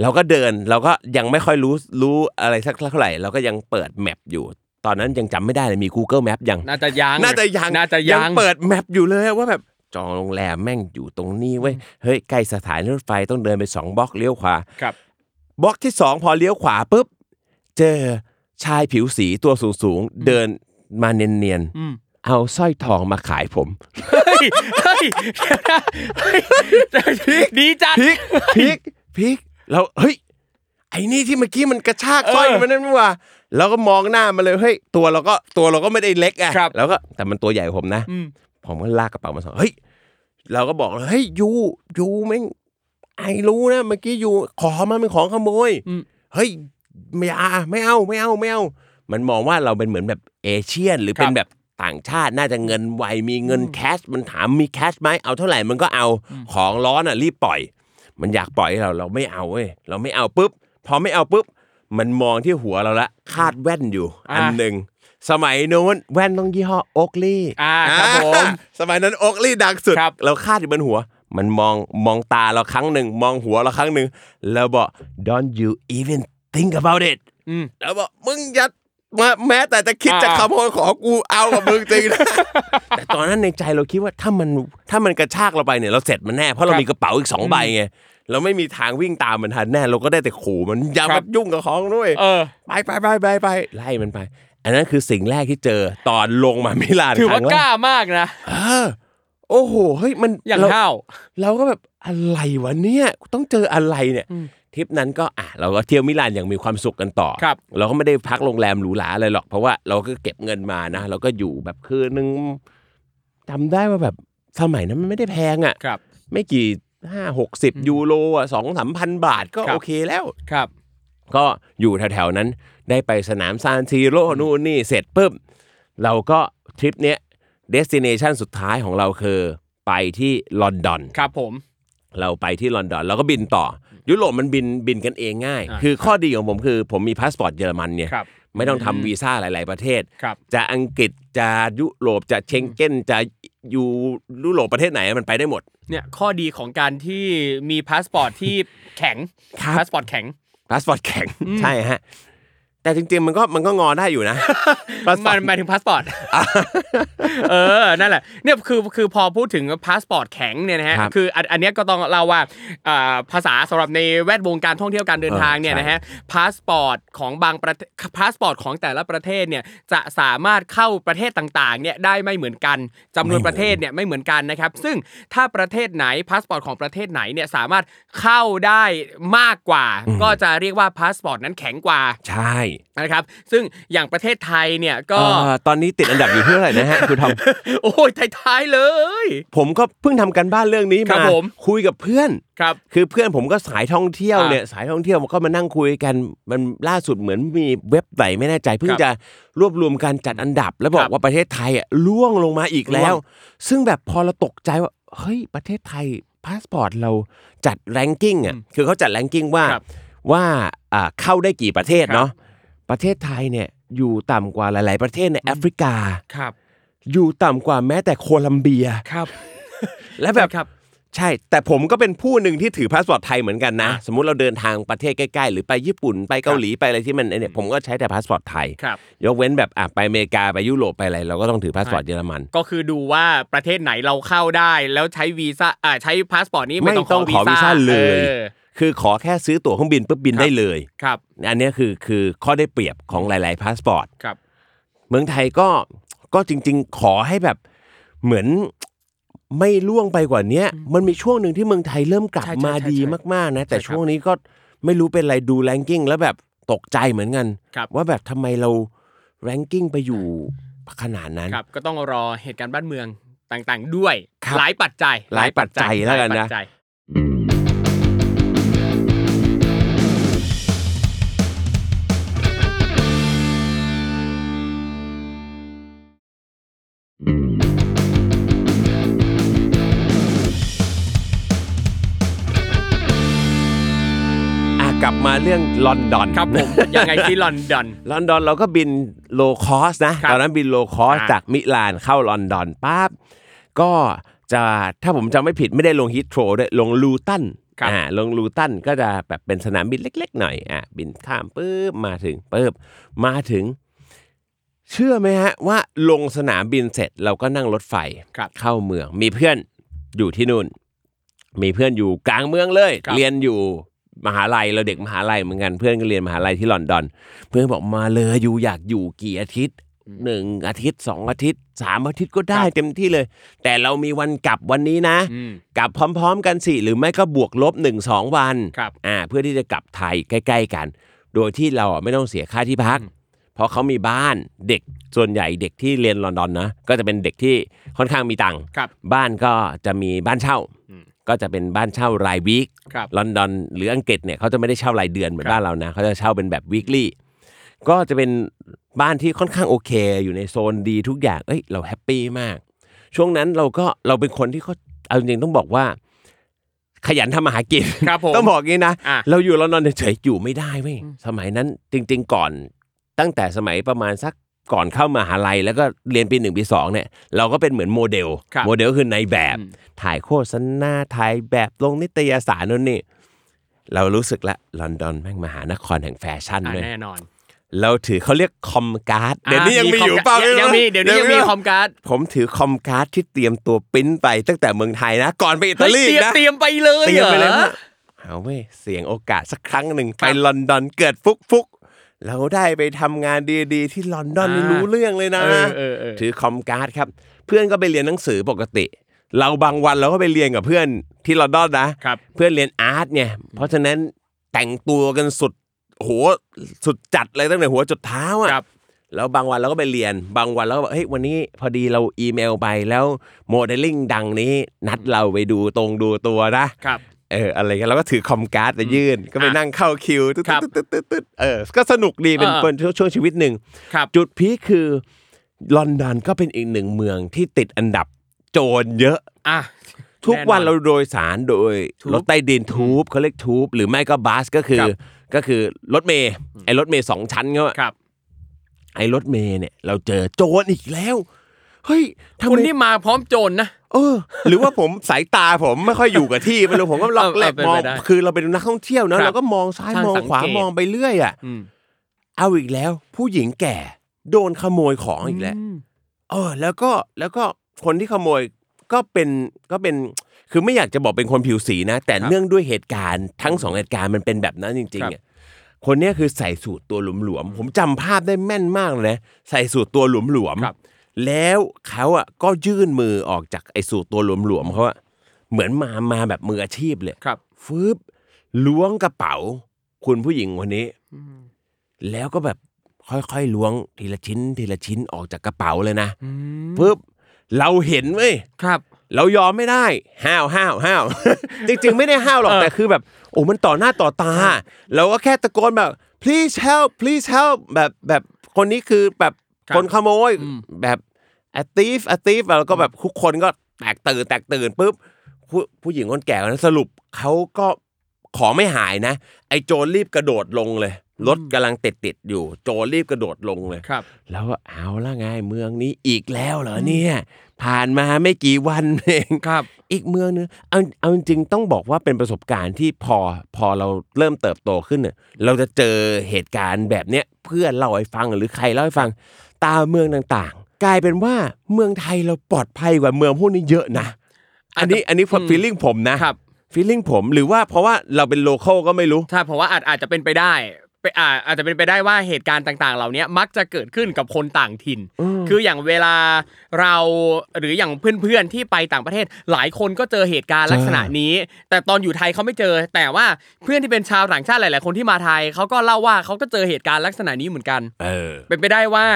เราก็เดินเราก็ยังไม่ค่อยรู้รู้อะไรสักเท่าไหร่เราก็ยังเปิดแมปอยู่ ตอนนั้นยังจำไม่ได้เลยมี Google Map ยัง น่าจะยัง น่าจะยัง น่าจะยัง เปิดแมปอยู่เลยอะว่าแบบจองโรงแรมแม่งอยู่ตรงนี้เว้ยเฮ้ยใกล้สถานีรถไฟต้องเดินไปสองบล็อกเลี้ยวขวา ครับ บล็อกที่สองพอเลี้ยวขวาปุ๊บเจอชายผิวสีตัวสูงสูงๆเดินมาเนียน อืม ๆเอาสร้อยทองมาขายผม เฮ้ยเฮ้ยเฮ้ยดีจัด พริกพริกพริกแล้วเฮ้ย ไอ้นี่ที่เมื่อกี้มันกระชากสร้อย เออ มันนั่นนี่หว่าเราก็มองหน้ามันเลยเฮ้ยตัวเราก็ตัวเราก็ไม่ได้เล็กอะ ครับ แล้วก็แต่มันตัวใหญ่กว่าผมนะ อืม ผมก็ลากกระเป๋ามาสองเฮ้ยเราก็บอกเลยเฮ้ยยูยูแม่งไอรู้นะเมื่อกี้ยูขอมาเป็นของขโมยเฮ้ยไม่เอาไม่เอาไม่เอาไม่เอา มันมองว่าเราเป็นเหมือนแบบเอเชียน หรือเป็นแบบต่างชาติน่าจะเงินไวมีเงินแคชมันถามมีแคชไหมเอาเท่าไหร่มันก็เอาของร้อนอ่ะรีบปล่อย มันอยากปล่อยให้เราเราไม่เอาเว้ยเราไม่เอาปุ๊บพอไม่เอาปุ๊บ มันมองที่หัวเราละคาดแว่นอยู่ อ่า อันหนึ่งสมัยโน้นแว่นต้องยี่ห้อโอกลี่ อ่าครับผม สมัยนั้นโอกลี่ดังสุด ครับ เราคาดอยู่บนหัว มันมองมองตาเราครั้งหนึ่งมองหัวเราครั้งหนึ่งแล้วบอก don't you even think about it อืม แล้วบอกมึงอย่ามาแม้แต่จะคิด อ่า จะขโมยของกูเอากับมึงจริงนะ แต่ตอนนั้นในใจเราคิดว่าถ้ามันถ้ามันกระชากเราไปเนี่ยเราเสร็จมันแน่ เพราะเรามีกระเป๋าอีกสองใบไงเราไม่มีทางวิ่งตามมันทันแน่เราก็ได้แต่ขู่มันอย่า ครั มา บ ยุ่งกับของด้วย เออ ไปไปไปไปไปไล่มันไป อันนั้นคือสิ่งแรกที่เจอตอนลงมามิลาน ถือ ค ว่า รั้งแร กล้ามากนะ เออโอ้โหเฮ้ยมัน อย่าง เร เท่า เราก็แบบอะไรวะเนี่ยต้องเจออะไรเนี่ยทริปนั้นก็อ่ะเราก็เที่ยวมิลานอย่างมีความสุขกันต่อ ครับ เราก็ไม่ได้พักโรงแรมหรูหราอะไรหรอก เพราะว่าเราก็เก็บเงินมานะเราก็อยู่แบบคืนนึงจำได้ว่าแบบสมัยนั้นมันไม่ได้แพงอ่ะ ครับ ไม่กี่ห้าหกสิบยูโรอ่ะสองสามพันบาทก็ ครับ โอเคแล้ว ครับ ก็อยู่แถวๆนั้นได้ไปสนามซานซีโร่นู่นนี่เสร็จปุ๊บเราก็ทริปเนี้ยเดสติเนชันสุดท้ายของเราคือไปที่ลอนดอน ครับผม เราไปที่ลอนดอนแล้วก็บินต่อ ยุโรปมันบินบินกันเองง่าย อ่า คือข้อดีของผมคือ ผมมีพาสปอร์ตเยอรมันเนี่ย ครับ ไม่ต้องทำวีซ่าหลาย ๆ ประเทศ ครับ จะอังกฤษจะยุโรปจะเชงเก้นจะอยู่ยุโรปประเทศไหนมันไปได้หมด เนี่ยข้อดีของการที่มีพาสปอร์ตที่แข็ง ครับ พาสปอร์ตแข็ง พาสปอร์ตแข็งใช่ฮะแต่จริง ๆ มันก็มันก็งอได้อยู่นะ พาสปอ มั ร์ น ต หมายถึงพาสปอ ร์ต เออ นั่นแหละ เนี่ยคือคือพอพูดถึงพาสปอร์ตแข็งเนี่ยนะฮะ ครับ คืออันอันเนี้ยก็ต้องเล่าว่าอ่าภาษาสำหรับในแวดวงการท่องเที่ยวการเดิน เออ ทางเนี่ย ใช่ นะฮะ พาสปอร์ตของบางประเทศพาสปอร์ตของแต่ละประเทศเนี่ยจะสามารถเข้าประเทศต่างๆเนี่ยได้ไม่เหมือนกันจำนวน ไม่เหมือน ประเทศเนี่ยไม่เหมือนกันนะครับ ซึ่งถ้าประเทศไหนพาสปอร์ตของประเทศไหนเนี่ยสามารถเข้าได้มากกว่า ก็จะเรียกว่าพาสปอร์ตนั้นแข็งกว่า ใช่ นะครับ ซึ่งอย่างประเทศไทยเนี่ยก็ เอ่อตอนนี้ติดอันดับอยู่ที่เท่าไหร่นะฮ ะ คุณทอม โอ้ยท้ายๆเลย ผมก็เพิ่งทำกันบ้านเรื่องนี้ ครั มา บผม คุยกับเพื่อน ครับ คือเพื่อนผมก็สายท่องเที่ยว อ่า เนี่ยสายท่องเที่ยวมันก็มานั่งคุยกันมันล่าสุดเหมือนมีเว็บไหนไม่แน่ใจเพิ่ง ครับ จะรวบรวมการจัดอันดับ แล้วบอ ครั ก บ ว่าประเทศไทยอ่ะล่วงลงมาอีกแล้ ร่ ว วง ซึ่งแบบพอเราตกใจว่าเฮ้ยประเทศไทยพาสปอร์ตเราจัดแรงกิ้งอ่ะคือเขาจัดแรงกิ้งว่า ครับ ว่าอ่าเข้าได้กี่ประเทศ ครับ เนาะประเทศไทยเนี่ยอยู่ต่ำกว่าหลาย ๆ ประเทศในแอฟริกา ครับ อยู่ต่ำกว่าแม้แต่โคลัมเบีย ครับ และแบบ ใช่ครับ ใช่ แต่ผมก็เป็นผู้หนึ่งที่ถือพาสปอร์ตไทยเหมือนกันนะ สมมุติเราเดินทางประเทศใกล้ๆ หรือไปญี่ปุ่นไปเกาหลีไปอะไรที่มันไอ้เนี่ยผมก็ใช้แต่พาสปอร์ตไทย ครับ ยกเว้นแบบอ่ะไปอเมริกาไปยุโรปไปอะไรเราก็ต้องถือพาสปอร์ตเยอรมัน ก็คือดูว่าประเทศไหนเราเข้าได้ แล้วใช้วีซ่าอ่าใช้พาสปอร์ตนี้ ไม่ ไม่ ต้ ต้ออง ง ข ข อ อ วี วี ซ่า ซ่า เลย ออ คือขอแค่ซื้อตั๋วเครื่องบินปุ๊บบิน ครับ ได้เลย ครับ อันเนี้ยคือคือข้อได้เปรียบของหลาย ๆพาสปอร์ต ครับ เมืองไทยก็ก็จริง ๆ ขอให้แบบเหมือนไม่ล่วงไปกว่าเนี้ยมันมีช่วงหนึ่งที่เมืองไทยเริ่มกลับ ใช่ใช่ มา ใช่ ดี ใช่ มากๆนะแต่ ใช่ครับ ช่วงนี้ก็ไม่รู้เป็นไรดูแรงกิ้งแล้วแบบตกใจเหมือนกัน ครับ ว่าแบบทำไมเราแรงกิ้งไปอยู่ขนาดนั้น ครับก็ต้องรอเหตุการณ์บ้านเมืองต่างๆ ด้วย ครับ หลายปัจจัย หลายปัจจัยแล้วกันนะ หายปัจจัย อ่ะกลับม มาเรื่องลอนดอน ครับผม ยังไงที่ลอนดอน ลอนดอนเราก็บินโลคอสนะครับตอนนั้นบินโลคอส อ่า จากมิลานเข้าลอนดอนปั๊บก็จะถ้าผมจำไม่ผิดไม่ได้ลงฮิตโตรด้วยลงลูตัน ครับ อ่าลงลูตันก็จะแบบเป็นสนามบินเล็ก ๆ หน่อยอ่ะบินข้ามปุ๊บมาถึงปุ๊บมาถึง เชื่อไหมฮะว่าลงสนามบินเสร็จเราก็นั่งรถไฟ ครับ เข้าเมือง มีเพื่อนอยู่ที่นู่น มีเพื่อนอยู่กลางเมืองเลย ครับ เรียนอยู่มหาลัยเราเด็กมหาลัยเหมือนกันเพื่อนก็เรียนมหาลัยที่ลอนดอน เพื่อนบอกมาเลยอยู่อยากอยู่กี่อาทิตย์หนึ่งอาทิตย์สองอาทิตย์สามอาทิตย์ก็ได้เต็มที่เลย แต่เรามีวันกลับวันนี้นะ อืม กลับพร้อม ๆ กันสิหรือไม่ก็บวกลบหนึ่งสองวัน ครับ อ่าเพื่อที่จะกลับไทยใกล้ ๆ กัน โดยที่เราอ่ะไม่ต้องเสียค่าที่พัก เพราะเขามีบ้านเด็กส่วนใหญ่เด็กที่เรียนลอนดอนนะก็จะเป็นเด็กที่ค่อนข้างมีตังค์ ครับ บ้านก็จะมีบ้านเช่า ก็จะเป็นบ้านเช่ารายวีค ครับ ลอนดอนหรืออังกฤษเนี่ยเขาจะไม่ได้เช่ารายเดือนเหมือน ครับ บ้านเรานะเขาจะเช่าเป็นแบบวีคลี่ก็จะเป็นบ้านที่ค่อนข้างโอเค อยู่ในโซนดีทุกอย่างเอ้ยเราแฮปปี้มาก ช่วงนั้นเราก็เราเป็นคนที่เขาเอาจริงๆต้องบอกว่า ขยันทำมาหากิน ครับผม ต้องบอกงี้นะ อ่ะ เราอยู่ลอนดอนเฉยๆอยู่ไม่ได้เว้ยสมัยนั้นจริง ๆ ก่อน ตั้งแต่สมัยประมาณสักก่อนเข้ามหาลัย แล้วก็เรียนปีหนึ่งปีสองเนี่ยเราก็เป็นเหมือนโมเดล ครับ โมเดลคือนายแบบ อืม ถ่ายโฆษณาถ่ายแบบลงนิตยสารนู่นนี่เรารู้สึกละลอนดอนแม่งมหานครแห่งแฟชั่น อ่ะ ด้วย แน่นอน เราถือเขาเรียกคอมการ์ดเดี๋ยวนี้ยัง ะ มีอยู่เปล่าคะยังมีเดี๋ยวนี้ยังมีคอมการ์ด ผมถือคอมการ์ดที่เตรียมตัวปริ้นไปตั้งแต่เมืองไทยนะ ก่อนไปอิตาลี เฮ้ยเตรียม นะ เตรียมไปเลย เตรียมไปเลย หรอ ว่าเอาเว้ยเสี่ยงโอกาสสักครั้งหนึ่ง ครั ไป บ ลอนดอนเกิดฟุกฟุกๆเราได้ไปทำงานดีๆ ที่ลอนดอน อ่า นี่รู้เรื่องเลยนะ เออเออเออ ถือคอมการ์ดครับ เพื่อนก็ไปเรียนหนังสือปกติ เราบางวันเราก็ไปเรียนกับเพื่อนที่ลอนดอนนะ ครับ เพื่อนเรียนอาร์ตเนี่ย เพราะฉะนั้นแต่งตัวกันสุดโหสุดจัดเลยตั้งแต่หัวจดเท้า ครั อะ บ แล้วบางวันเราก็ไปเรียน บางวันเราก็แบบเฮ้ยวันนี้พอดีเราอีเมลไปแล้วโมเดลลิ่งดังนี้นัดเราไปดูตรงดูตัวนะครับ เอออะไรกันเราก็ถือคอมการ์ดไปยื่น ก็ไป อ่ะ นั่งเข้าคิวตึ๊ด ครับ ตึ๊ดตึ๊ดตึ๊ดตึ๊ดเออก็สนุกดีเป็น เออ เป็นช่วงชีวิตหนึ่ง ครับ จุดพีคคือลอนดอนก็เป็นอีกหนึ่งเมืองที่ติดอันดับโจรเยอะ อ่ะ ทุกวัน แน่นอน เราโดยสารโดย ทูบ รถใต้ดินทูบเขาเรียกทูบหรือไม่ก็บัสก็คือ ครับ ก็คือรถเมย์ไอ้รถเมย์สองชั้นเขาอะ ครับ ไอ้รถเมย์เนี่ยเราเจอโจรอีกแล้วเฮ้ยทำ คุณ ไม นี่มาพร้อมโจรนะ เออ หรือว่าผมสายตาผมไม่ค่อยอยู่กับที่ไม่รู้ผมก็ล็อก เออ แหลก เป็น มอ ไป ง ได้ คือเราเป็นนักท่องเที่ยว ครั นะ บ เราก็มองซ้าย ช่าง มอง สัง ขวา เกต มองไปเรื่อยอ่ะ อืม เอาอีกแล้ว ผู้หญิงแก่ โดนขโมยของอีกแล้ว เออแล้วก็แล้วก็คนที่ขโมยก็เป็นก็เป็นคือไม่อยากจะบอกเป็นคนผิวสีนะ แต่ ครับ เนื่องด้วยเหตุการณ์ทั้งสองเหตุการณ์มันเป็นแบบนั้นจริง ครับ ๆอ่ะคนเนี้ยคือใส่สูตรตัวหลวมๆผมจำภาพได้แม่นมากเลยนะใส่สูตรตัวหลวม ครับ ๆแล้วเขาอ่ะก็ยื่นมือออกจากไอ้สูตรตัวหลวมๆเขาอ่ะเหมือนมามาแบบมืออาชีพเลย ครับ ฟืบล้วงกระเป๋า คุณผู้หญิงคนนี้ แล้วก็แบบค่อยๆล้วงทีละชิ้น ทีละชิ้นออกจากกระเป๋าเลยนะปึ๊บเราเห็นเว้ย ครับ เรายอมไม่ได้ ห้าวห้าวห้าว จริงๆ ไม่ได้ห้าวหรอก เออ แต่คือแบบ โอ้มันต่อหน้าต่อตา เราก็แค่ตะโกนแบบ please help please help แบบแบบคนนี้คือแบบ ครับ คนขโมย อืม แบบอตีฟอตีฟแล้วก็แบบทุกคนก็แตกตื่นแตกตื่นปุ๊บ ผู้ผู้หญิงคนแก่คนนั้นสรุปเขาก็ของไม่หายนะ ไอ้โจรรีบกระโดดลงเลย รถกำลังติดติดๆอยู่ โจรรีบกระโดดลงเลย ครับ แล้วก็เอาละไงเมืองนี้อีกแล้วเหรอเนี่ย ผ่านมาไม่กี่วันเอง ครับ อีกเมืองนึงเอาเอาจริงๆต้องบอกว่าเป็นประสบการณ์ที่พอพอเราเริ่มเติบโตขึ้นเนี่ยเราจะเจอเหตุการณ์แบบเนี้ยเพื่อนเล่าให้ฟังหรือใครเล่าให้ฟัง ตามเมืองต่างๆ กลายเป็นว่าเมืองไทยเราปลอดภัยกว่าเมืองพวกนี้เยอะนะ อันนี้อันนี้ผมฟีลลิ่งผมนะครับ ฟีลลิ่งผมหรือว่าเพราะว่าเราเป็นโลเคอลก็ไม่รู้ ถ้าผมว่าอาจอาจจะเป็นไปได้ไปอ่าอาจจะเป็นไปได้ว่าเหตุการณ์ต่างๆ เหล่านี้มักจะเกิดขึ้นกับคนต่างถิ่น คืออย่างเวลาเราหรืออย่างเพื่อนๆที่ไปต่างประเทศ หลายคนก็เจอเหตุการณ์ลักษณะนี้ แต่ตอนอยู่ไทยเขาไม่เจอ แต่ว่าเพื่อนที่เป็นชาวต่างชาติหลาย ๆ คนที่มาไทยเขาก็เล่าว่าเขาก็เจอเหตุการณ์ลักษณะนี้เหมือนกัน เออ เป็นไปได้ว่า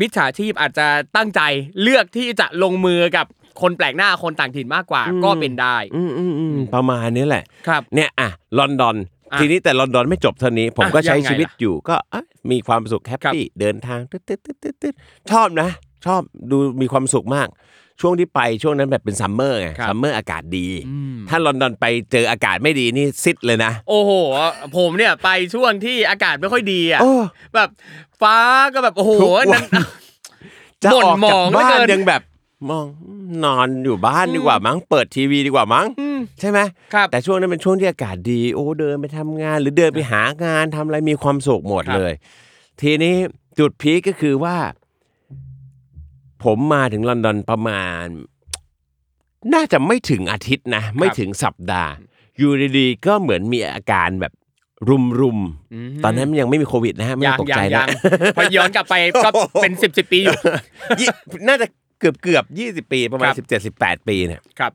มิจฉาชีพอาจจะตั้งใจเลือกที่จะลงมือกับคนแปลกหน้าคนต่างถิ่นมากกว่า ก็เป็นได้ อืมอืมอืมประมาณนี้แหละ ครับ เนี่ยอ่ะลอนดอน อ่ะ ทีนี้แต่ลอนดอนไม่จบเท่านี้ ผมก็ อ่ะ ใช้ ยังไง ชีวิต ล่ะ อยู่ก็อ่ะมีความสุขแฮปปี้เดินทางตึ๊ดตึ๊ดตึ๊ดตึ๊ดตึ๊ดชอบนะ ชอบดูมีความสุขมาก ช่วงที่ไปช่วงนั้นแบบเป็นซัมเมอร์ไง ครับ ซัมเมอร์อากาศดี อืม ถ้าลอนดอนไปเจออากาศไม่ดีนี่ซิดเลยนะ โอ้โห ผมเนี่ยไปช่วงที่อากาศไม่ค่อยดีอ่ะ โอ้ แบบฟ้าก็แบบโอ้โห ทุกวัน นั่น จะออก บ่นหม จาก อง บ้า เหลื น อเกิน ยังแบบมองนอนอยู่บ้านดีกว่ามั้งเปิดทีวีดีกว่ามั้งใช่ไหม ครับ แต่ช่วงนั้นเป็นช่วงที่อากาศดีโอ้เดินไปทำงาน หรือเดินไปหางานทำอะไรมีความสุขหมด ครับ เลย ทีนี้จุดพีคก็คือว่า ผมมาถึงลอนดอนประมาณ น่าจะไม่ถึงอาทิตย์นะ ไม่ถึงสัปดาห์ อยู่ดีๆก็เหมือนมีอาการแบบรุม อืม ๆตอนนั้นมันยังไม่มีโควิดนะฮะไม่ ยั ต้อง งตก ยั ใจ ง นะ ยังพอย้อนกลับไป ก็เป็นสิบสิบปีอยู่ ยี่น่าจะเกือบเกือบยี่สิบปีประคมาณ รับ สิบเจ็ดสิบแปดปีเนี่ย ครับ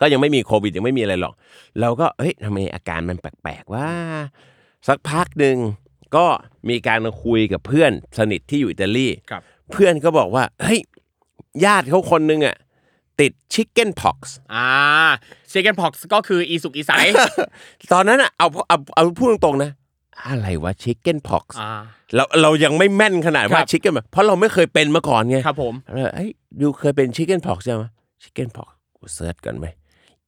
ก็ยังไม่มีโควิดยังไม่มีอะไรหรอก เราก็เฮ้ยทำไมอาการมันแปลกๆว่า สักพักหนึ่งก็มีการมาคุยกับเพื่อนสนิทที่อยู่อิตาลี ครับ เพื่อนก็บอกว่าเฮ้ยญาติเขาคนหนึงอ่ะติดชิคเก้นพ็อกซ์ อ่าเชกันพ็อกก็คืออีสุกอีใส ตอนนั้นอ่ะเอาเอาเอาพูดตรงๆนะ อะไรวะชิคเก้นพ็อกซ์ อ่า เราเรายังไม่แม่นขนาด ค ว่า รับ ชิคเก้นเพราะเราไม่เคยเป็นมาก่อนไง ครับผม เออเอ้ยดูเคยเป็นชิคเก้นพอกใช่ไหมชิคเก้นพอกกูเซิร์ชก่อนไหม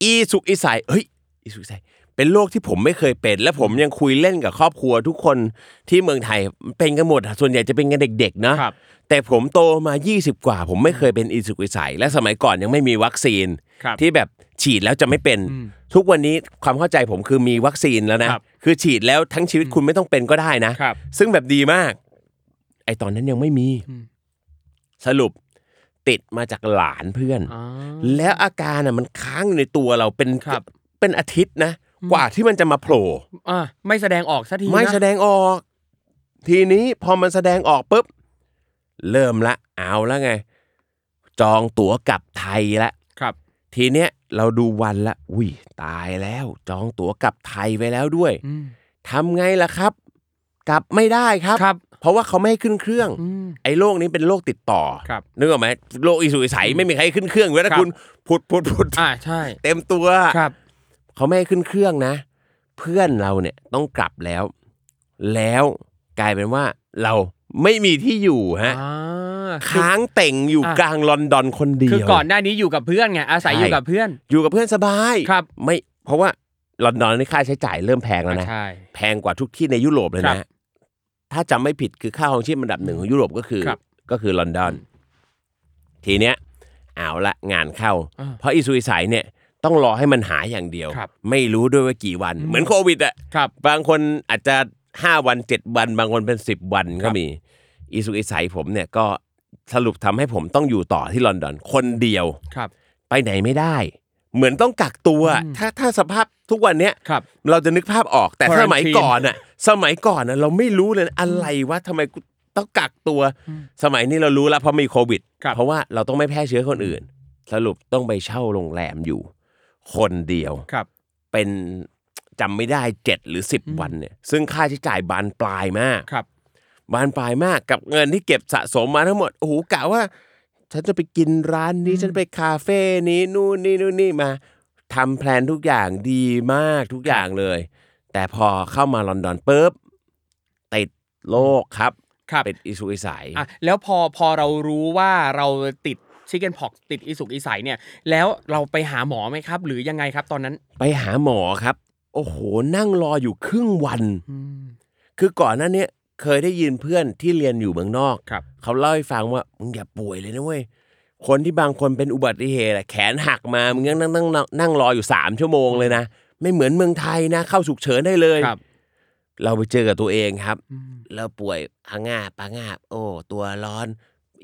อีสุกอีใสเฮ้ยอีสุกอีใสเป็นโรคที่ผมไม่เคยเป็น และผมยังคุยเล่นกับครอบครัวทุกคนที่เมืองไทยเป็นกันหมดอะส่วนใหญ่จะเป็นกันเด็กๆนะครับ แต่ผมโตมา 20 กว่า ผมไม่เคยเป็นอีสุกอีใสและสมัยก่อนยังไม่มีวัคซีน ครับ ที่แบบฉีดแล้วจะไม่เป็น ทุกวันนี้ความเข้าใจผมคือมีวัคซีนแล้วนะครับ คือฉีดแล้วทั้งชีวิตคุณไม่ต้องเป็นก็ได้นะ ครับ ซึ่งแบบดีมาก ไอตอนนั้นยังไม่มี สรุปติดมาจากหลานเพื่อน อ่า แล้วอาการน่ะมันค้างอยู่ในตัวเราเป็น ครับ เป็นอาทิตย์นะ กว่าที่มันจะมาโผล่ อ่าไม่แสดงออกสักทีนะ ไม่แสดงออก ทีนี้พอมันแสดงออกปุ๊บ เริ่มละเอาละไง จองตั๋วกลับไทยละ ครับ ทีเนี้ยเราดูวันละ อุ้ยตายแล้ว จองตั๋วกลับไทยไปแล้วด้วย อืม ทำไงล่ะครับ กลับไม่ได้ครับ ครับ เพราะว่าเขาไม่ให้ขึ้นเครื่อง อืม ไอ้โรคนี้เป็นโรคติดต่อ ครับ นึกออกไหมโรคอีสุยใสไม่มีใครขึ้นเครื่องเว้ย ครั นะ บ คุณผุดผุดผุด อ่าใช่ เต็มตัว ครับ เขาไม่ให้ขึ้นเครื่องนะ เพื่อนเราเนี่ยต้องกลับแล้ว แล้วกลายเป็นว่าเราไม่มีที่อยู่ฮะ อ่าคือ ค้างเต่งอยู่ อ่ะ กลางลอนดอนคนเดียว คือก่อนหน้านี้อยู่กับเพื่อนไงอาศัย ใช่ อยู่กับเพื่อน อยู่กับเพื่อนสบาย ครับ ไม่เพราะว่าลอนดอนนี่ค่าใช้จ่ายเริ่มแพงแล้วนะ ใช่ แพงกว่าทุกที่ในยุโรปเลย ครับ นะ ถ้าจำไม่ผิดคือค่าของชีพอันดับหนึ่งของยุโรปก็คือ ครับ ก็คือลอนดอน ทีเนี้ยเอาละงานเข้า อ่า เพราะอีสุยสายเนี่ยต้องรอให้มันหายอย่างเดียว ครับ ไม่รู้ด้วยว่ากี่วัน เหมือนโควิดอะ ครับ บางคนอาจจะห้าวันเจ็ดวัน บางคนเป็นสิบวันก็มี อีสุยสายผมเนี่ยก็สรุปทำให้ผมต้องอยู่ต่อที่ลอนดอน คนเดียว ครับ ไปไหนไม่ได้ เหมือนต้องกักตัว ถ้าถ้าสภาพทุกวันเนี้ย ครับ เราจะนึกภาพออกแต่ Quarantine สมัยก่อนน่ะ สมัยก่อนน่ะเราไม่รู้เลยนะอะไรวะทำไมกูต้องกักตัว สมัยนี้เรารู้แล้วเพราะมีโควิด ครับ เพราะว่าเราต้องไม่แพร่เชื้อคนอื่น สรุปต้องไปเช่าโรงแรมอยู่ คนเดียว ครับ เป็นจำไม่ได้เจ็ดหรือสิบวันเนี่ย ซึ่งค่าใช้จ่ายบานปลายมาก ครับ บานปลายมากกับเงินที่เก็บสะสมมาทั้งหมดโอ้โหกะว่า ฉันจะไปกินร้านนี้ฉันไปคาเฟ่นี้นู่นนี่นู่นนี่มาทำแพลนทุกอย่างดีมากทุกอย่างเลย แต่พอเข้ามาลอนดอนปุ๊บติดโรคครับ ครับ เป็นอิสุอิสัย อ่ะแล้วพอพอเรารู้ว่าเราติดชิคเก้นพ็อกติดอีสุกอีใสเนี่ย แล้วเราไปหาหมอไหมครับ หรือยังไงครับตอนนั้น ไปหาหมอครับ โอ้โห นั่งรออยู่ครึ่งวัน คือก่อนหน้าเนี้ยเคยได้ยินเพื่อนที่เรียนอยู่เมืองนอก ครับ เขาเล่าให้ฟังว่ามึงอย่าป่วยเลยนะเว้ย คนที่บางคนเป็นอุบัติเหตุอะแขนหักมา มึงยังนั่งนั่งนั่งนั่งรออยู่ 3 ชั่วโมงเลยนะ ไม่เหมือนเมืองไทยนะ เข้าฉุกเฉินได้เลย ครับ เราไปเจอกับตัวเองครับ เราป่วยอางาบอางาบโอ้ ตัวร้อน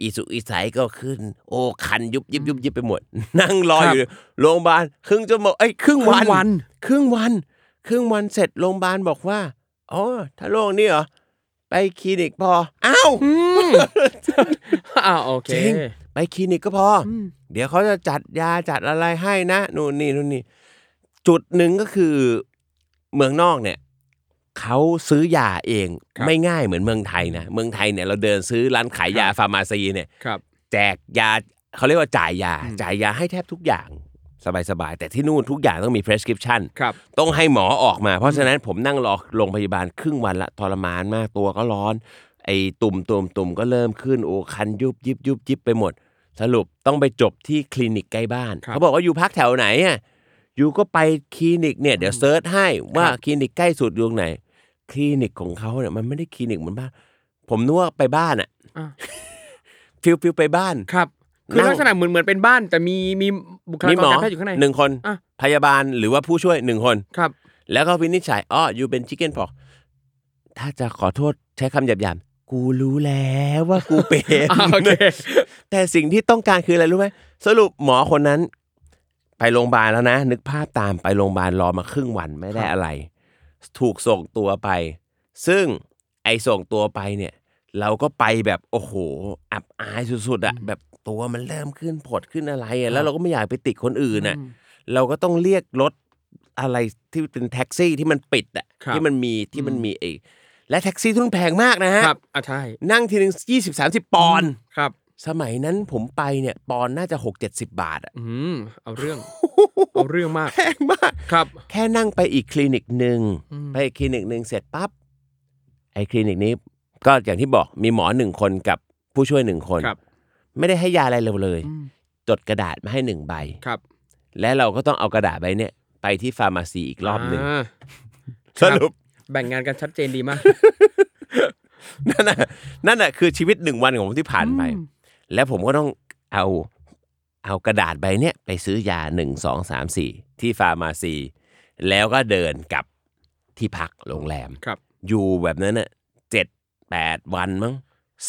อีสุกอีใสก็ขึ้น โอ้คันยุบยิบยุบยิบไปหมด นั่งรอ ครับ อยู่โรงพยาบาลครึ่งชั่วโมงเอ้ยครึ่งควันรึ่งวัน ครึ่งวันครึ่งวันเสร็จโรงพยาบาลบอกว่าอ๋อถ้าโรคนี้เหรอ ไปคลินิกพออ้าว อ่าโอเค จริงไปคลินิกก็พออเดี๋ยวเขาจะจัดยาจัดอะไรให้นะนู่นนี่นู่นนี่จุดหนึ่งก็คือเมืองนอกเนี่ยเขาซื้อยาเอง ครับ ไม่ง่ายเหมือนเมืองไทยนะเมืองไทยเนี่ยเราเดินซื้อร้านขายยาฟาร์มาซีเนี่ย ครับ แจกยาเขาเรียกว่าจ่ายยา จ่ายยาให้แทบทุกอย่างสบายๆแต่ที่นู่นทุกอย่างต้องมี prescription ครับ ต้องให้หมอออกมา เพราะฉะนั้นผมนั่งรอโรงพยาบาลครึ่งวันละทรมานมากตัวก็ร้อน ไอ้ตุ่มตุ่มตุ่มก็เริ่มขึ้นโอ้คันยุบยิบยุบยิบไปหมด สรุปต้องไปจบที่คลินิกใกล้บ้าน ครับ เขาบอกว่าอยู่พักแถวไหนอ่ะอยู่ก็ไปคลินิกเนี่ยเดี๋ยวเซิร์ชให้ว่า ครับ คลินิกใกล้สุดอยู่ตรงไหน คลินิกของเขาเนี่ยมันไม่ได้คลินิกเหมือนบ้าน ผมนึกว่าไปบ้านอ่ะ อ่ะ ฟิลฟิลไปบ้าน ครับ คือ นั่ง ลักษณะเหมือนเหมือนเป็นบ้าน แต่มีมีบุคลา มี ก หม ร อ การแพทย์อยู่ข้างใน หนึ่งคน อ่ะ พยาบาลหรือว่าผู้ช่วยหนึ่งคน ครับ แล้วก็วินิจฉัยอ้ออยู่เป็นชิคเก้นพอกถ้าจะขอโทษใช้คำหยาบๆกูรู้แล้วว่ากูเป็น อ่าโอเค แต่สิ่งที่ต้องการคืออะไรรู้ไหมสรุปหมอคนนั้น ไปโรงพยาบาลแล้วนะ นึกภาพตามไปโรงพยาบาลรอมาครึ่งวันไม่ได้อะไร ถูกส่งตัวไป ซึ่งไอ้ส่งตัวไปเนี่ย เราก็ไปแบบโอ้โห อับอายสุดๆอะแบบตัวมันเริ่มขึ้นผดขึ้นอะไรอะแล้วเราก็ไม่อยากไปติดคนอื่นอะเราก็ต้องเรียกรถอะไรที่เป็นแท็กซี่ที่มันปิดอะ ครับ ที่มันมีที่มันมีไอ้และแท็กซี่ทุนแพงมากนะฮะ ครับอ่ะใช่ นั่งทีนึงยี่สิบสามสิบปอนด์ ครับ สมัยนั้นผมไปเนี่ยปอนด์น่าจะหกเจ็ดสิบาทอะ อืมเอาเรื่อง เอาเรื่องมาก แพงมาก ครับ แค่นั่งไปอีกคลินิกหนึ่ง อืม ไปอีกคลินิกหนึ่งเสร็จปั๊บไอ้คลินิกนี้ ก็อย่างที่บอกมีหมอหนึ่งคนกับผู้ช่วยหนึ่งคน ครับ ไม่ได้ให้ยาอะไรเราเลย อืม จดกระดาษมาให้หนึ่งใบ ครับ และเราก็ต้องเอากระดาษใบเนี่ยไปที่ฟาร์มาซีอีกรอบหนึ่ง า สรุป แบ่งงานกันชัดเจนดีมาก นั่นน่ะนั่นน่ะคือชีวิตหนึ่งวันของผมที่ผ่านไป และผมก็ต้องเอาเอากระดาษใบเนี้ยไปซื้อยาหนึ่งสองสามสี่ที่ฟาร์มาซี แล้วก็เดินกลับที่พักโรงแรม ครับ อยู่แบบนั้นน่ะเจ็ดแปดวันมั้ง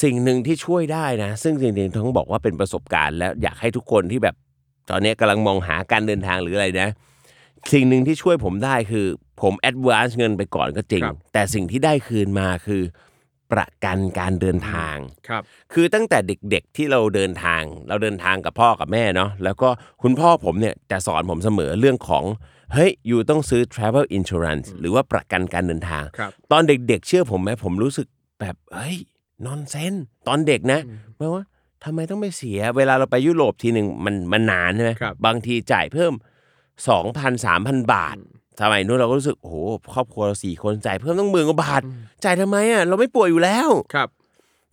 สิ่งหนึ่งที่ช่วยได้นะ ซึ่งจริงๆต้องบอกว่าเป็นประสบการณ์แล้วอยากให้ทุกคนที่แบบ ตอนเนี้ยกำลังมองหาการเดินทางหรืออะไรนะ สิ่งหนึ่งที่ช่วยผมได้คือ ผมแอดวานซ์เงินไปก่อนก็จริง ครับ แต่สิ่งที่ได้คืนมาคือประกันการเดินทาง ครับ คือตั้งแต่เด็กๆที่เราเดินทาง เราเดินทางกับพ่อกับแม่เนาะแล้วก็คุณพ่อผมเนี่ยจะสอนผมเสมอเรื่องของเฮ้ยอยู่ต้องซื้อ travel insurance หรือว่าประกันการเดินทาง ครับ ตอนเด็กๆ เชื่อผมไหมผมรู้สึกแบบเฮ้ยนอนเซนตอนเด็กนะแปลว่าทำไมต้องไปเสีย เวลาเราไปยุโรปทีหนึ่งมันมันนานใช่ไหม ครับ บางทีจ่ายเพิ่ม 2,000 3,000 บาท สมัยนู้นเราก็รู้สึกโอ้โหครอบครัวเราสี่คนจ่ายเพิ่มต้องหมื่นกว่าบาท จ่ายทำไมอ่ะเราไม่ป่วยอยู่แล้ว ครับ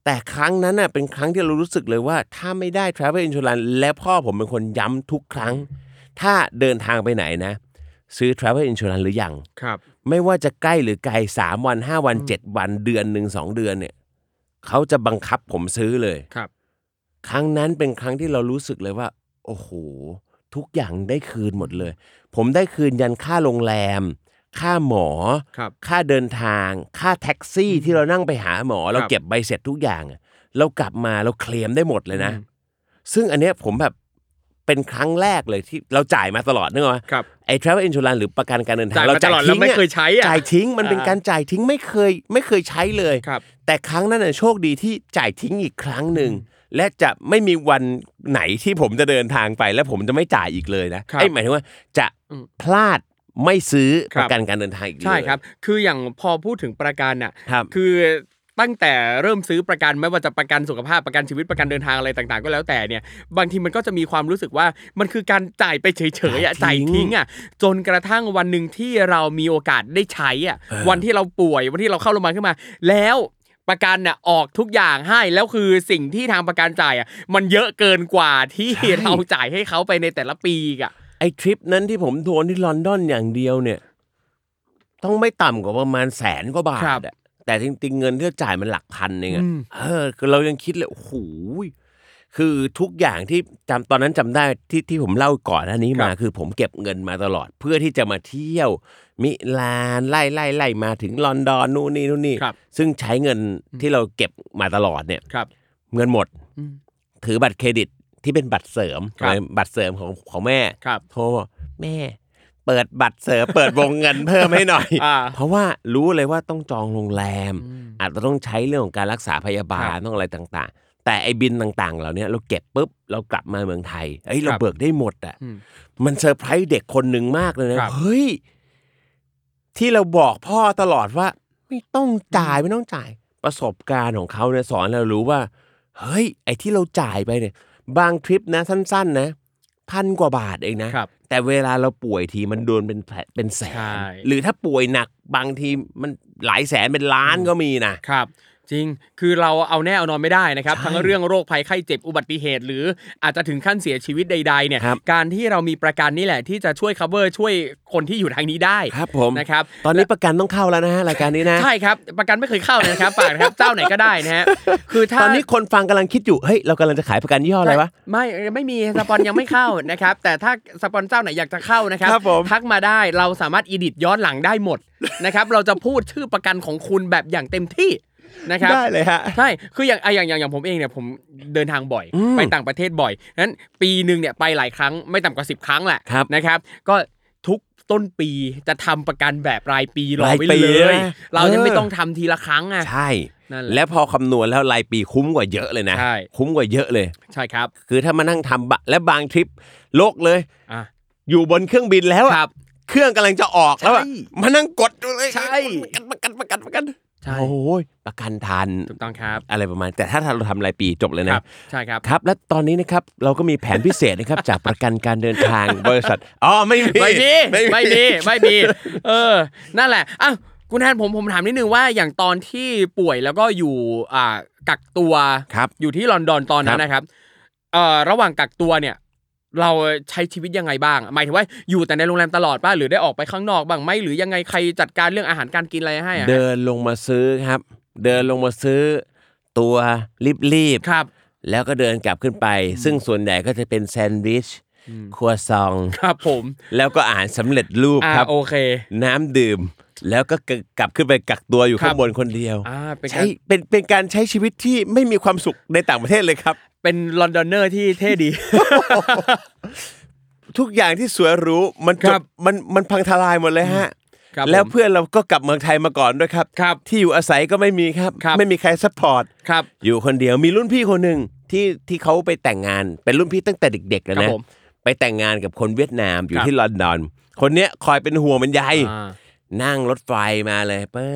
แต่ครั้งนั้นน่ะเป็นครั้งที่เรารู้สึกเลยว่าถ้าไม่ได้ Travel Insurance และพ่อผมเป็นคนย้ำทุกครั้ง ถ้าเดินทางไปไหนนะ ซื้อ Travel Insurance หรือยัง ครับ ไม่ว่าจะใกล้หรือไกล3วัน 5 วัน 7 วันเดือนหนึ่งสองเดือนเนี่ยเขาจะบังคับผมซื้อเลย ครับ ครั้งนั้นเป็นครั้งที่เรารู้สึกเลยว่า โอ้โห ทุกอย่างได้คืนหมดเลย ผมได้คืนยันค่าโรงแรม ค่าหมอ ครับ ค่าเดินทาง ค่าแท็กซี่ที่เรานั่งไปหาหมอ เราเก็บใบเสร็จทุกอย่างอะเรากลับมาเราเคลมได้หมดเลยนะ อืม ซึ่งอันเนี้ยผมแบบเป็นครั้งแรกเลยที่เราจ่ายมาตลอดนึกออกไหม ครับ ไอ้ travel insurance หรือประกันการเดินทาง จ่ายมาตลอดแล้วไม่เคยใช้อะ จ่ายทิ้งมัน อ่า เป็นการจ่ายทิ้งไม่เคยไม่เคยใช้เลย ครับ แต่ครั้งนั้นน่ะโชคดีที่จ่ายทิ้งอีกครั้งหนึ่ง และจะไม่มีวันไหนที่ผมจะเดินทางไป แล้วผมจะไม่จ่ายอีกเลยนะครับไอ้ยหมายถึงว่าจะ อืม พลาดไม่ซื้อ ครั ป บ ระกันการเดินทางอีกเลย ใช่ครับ คืออย่างพอพูดถึงประกันน่ะ ครับ คือตั้งแต่เริ่มซื้อประกันไม่ว่าจะประกันสุขภาพประกันชีวิตประกันเดินทางอะไรต่างๆ ก็แล้วแต่เนี่ย บางทีมันก็จะมีความรู้สึกว่ามันคือการจ่ายไปเฉยๆอ่ะจ่า จ่าย ยทิ้ง ทิ้งอ่ะจนกระทั่งวันหนึ่งที่เรามีโอกาสได้ใช้อ่ะวันที่เราป่วยวันที่เราเข้าโรงพยาบาลขึ้นมา แล้วประกันน่ะออกทุกอย่างให้แล้วคือสิ่งที่ทางประกันจ่ายอ่ะมันเยอะเกินกว่าที่ ใช่ เราจ่ายให้เขาไปในแต่ละปีอีกอ่ะ ไอ้ทริปนั้นที่ผมโดนที่ลอนดอนอย่างเดียวเนี่ยต้องไม่ต่ำกว่าประมาณแสนกว่าบาท ครับ อะแต่จริงๆเงินที่เราจ่ายมันหลักพันเองอะ อืม เออคือเรายังคิดเลยโอ้โหยคือทุกอย่างที่จำตอนนั้นจำได้ที่ที่ผมเล่าก่อนหน้านี้มาคือผมเก็บเงินมาตลอด เพื่อที่จะมาเที่ยว มิลานไล่ไล่ไล่มาถึงลอนดอนนู่นนี่นู่นนี่ ครับ ซึ่งใช้เงินที่เราเก็บมาตลอดเนี่ย ครับ เงินหมด อืม ถือบัตรเครดิตที่เป็นบัตรเสริม ครับ บัตรเสริมของของแม่ ครับ โทรบอกแม่ เปิดบัตรเสริม เปิดวงเงินเพิ่มให้หน่อย อ่า เพราะว่ารู้เลยว่าต้องจองโรงแรม อืม อาจจะต้องใช้เรื่องของการรักษาพยาบา ค ล รับ ต้องอะไรต่างๆ แต่ไอ้บินต่างๆ เหล่าเนี้ยเราเก็บปุ๊บเรากลับมาเมืองไทยเอ้ยเรา ครับ เบิกได้หมดอ่ะ อืม มันเซอร์ไพรส์เด็กคนหนึ่งมากเลยนะครับ เฮ้ย ที่เราบอกพ่อตลอดว่า ไม่ต้องจ่ายไม่ต้องจ่ายประสบการณ์ของเขาเนี่ยสอนให้เรารู้ว่า เฮ้ย ไอ้ที่เราจ่ายไปเนี่ย บางทริปนะสั้น ๆ นะพันกว่าบาทเองนะครับ แต่เวลาเราป่วยทีมันโดนเป็นแผลเป็นแส ใช่ น หรือถ้าป่วยหนักบางทีมันหลายแสนเป็นล้านก็มีนะ ครับ จริง คือเราเอาแน่เอานอนไม่ได้นะครับ ใช่ ทั้งเรื่องโรคภัยไข้เจ็บอุบัติเหตุ หรืออาจจะถึงขั้นเสียชีวิตใดๆเนี่ย ครับ การที่เรามีประกันนี่แหละ ที่จะช่วย cover ช่วยคนที่อยู่ทางนี้ได้ ครับผม นะครับ ตอนนี้ประกันต้องเข้าแล้วนะฮะรายการนี้นะ ใช่ครับ ประกันไม่เคยเข้าเลยนะครับฝาก นะครับ เจ้าไหนก็ได้นะฮะ คือถ้า ตอนนี้คนฟังกำลังคิดอยู่เฮ้ยเรากำลังจะขายประกันยี่ห้ออะไรวะ ไม่ไม่มีสปอนยังไม่เข้า นะครับ แต่ถ้าสปอนเจ้าไหนอยากจะเข้านะครับ ครับผม ทักมาได้เราสามารถอีดิทย้อนหลังได้หมด นะครับเราจะพูดชื่อประกันของคุณแบบอย่างเต็มที่นะครับ ได้เลยฮะ ใช่คืออย่างอ่ะอย่างอย่างอย่างผมเองเนี่ยผมเดินทางบ่อย อืม ไปต่างประเทศบ่อยนั้นปีหนึ่งเนี่ยไปหลายครั้งไม่ต่ำกว่า 10 ครั้งแหละ ครับ นะครับก็ทุกต้นปีจะทำประกันแบบรายปีรอไว้ รายปี เล เลย ย นะ เราจะไม่ เออ ต้องทำทีละครั้งอ่ะ ใช่ นั่นแหละ แล้วพอคำนวณแล้วรายปีคุ้มกว่าเยอะเลยนะ ใช่ คุ้มกว่าเยอะเลย ใช่ครับ คือถ้ามานั่งทำบะและบางทริปโลกเลย อ่ะ อยู่บนเครื่องบินแล้ว ค อะ รับ เครื่องกำลังจะออกแล้วอะ ใช่ มานั่งกดดูเลย ใช่ ประกันประกันประกันประกัน ใช่ โอ้โหประกันทัน ถูกต้องครับ อะไรประมาณ แต่ถ้าเราทำรายปีจบเลย ค นะ รับใช่ครับ ครับและตอนนี้นะครับเราก็มีแผนพิเศษนะครับ จากประกันการเดินทางบริษัทอ๋อไม่มี ไม่มี ไม่มี ไม่มีไม่มีเออ นั่นแหละอ้าวคุณแทนผมผมถามนิดนึงว่าอย่างตอนที่ป่วยแล้วก็อยู่อ่ากักตัว ครับ อยู่ที่ลอนดอนตอนนั้น ครับ นะครับเอ่อระหว่างกักตัวเนี่ย เราใช้ชีวิตยังไงบ้าง หมายถึงว่าอยู่แต่ในโรงแรมตลอดป่ะหรือได้ออกไปข้างนอกบ้างไหมหรือยังไงใครจัดการเรื่องอาหารการกินอะไรให้อะ เดินลงมาซื้อครับ เดินลงมาซื้อ ตัวรีบ ครับ ๆแล้วก็เดินกลับขึ้นไป ซึ่งส่วนใหญ่ก็จะเป็นแซนด์วิชครัวซอง ครับผม แล้วก็อาหารสำเร็จรูป อ่า ครับ โอเค น้ำดื่ม แล้วก็กลับขึ้นไปกักตัวอยู่ ครั ข้า บ งบนคนเดียว อ่าเป็นกา ใช่ ร เป็นเป็นการใช้ชีวิตที่ไม่มีความสุขในต่างประเทศเลยครับ เป็นลอนดอนเนอร์ที่เท่ดี ทุกอย่างที่สวยหรูมันจ ครับ บ มันมันพังทลายหมดเลยฮะ ครับ แล้ว ผม เพื่อนเราก็กลับเมืองไทยมาก่อนด้วยครับ ครับ ที่อยู่อาศัยก็ไม่มีครับ ครับ ไม่มีใครซัพพอร์ต ครับ อยู่คนเดียวมีรุ่นพี่คนหนึ่งที่ที่เขาไปแต่งงาน เป็นรุ่นพี่ตั้งแต่เด็กๆแล้ว ครั นะ บผม ไปแต่งงานกับคนเวียดนามอยู่ ครับ ที่ลอนดอน คนเนี้ยคอยเป็นห่วงเป็นใย อ่า นั่งรถไฟมาเลยเปิ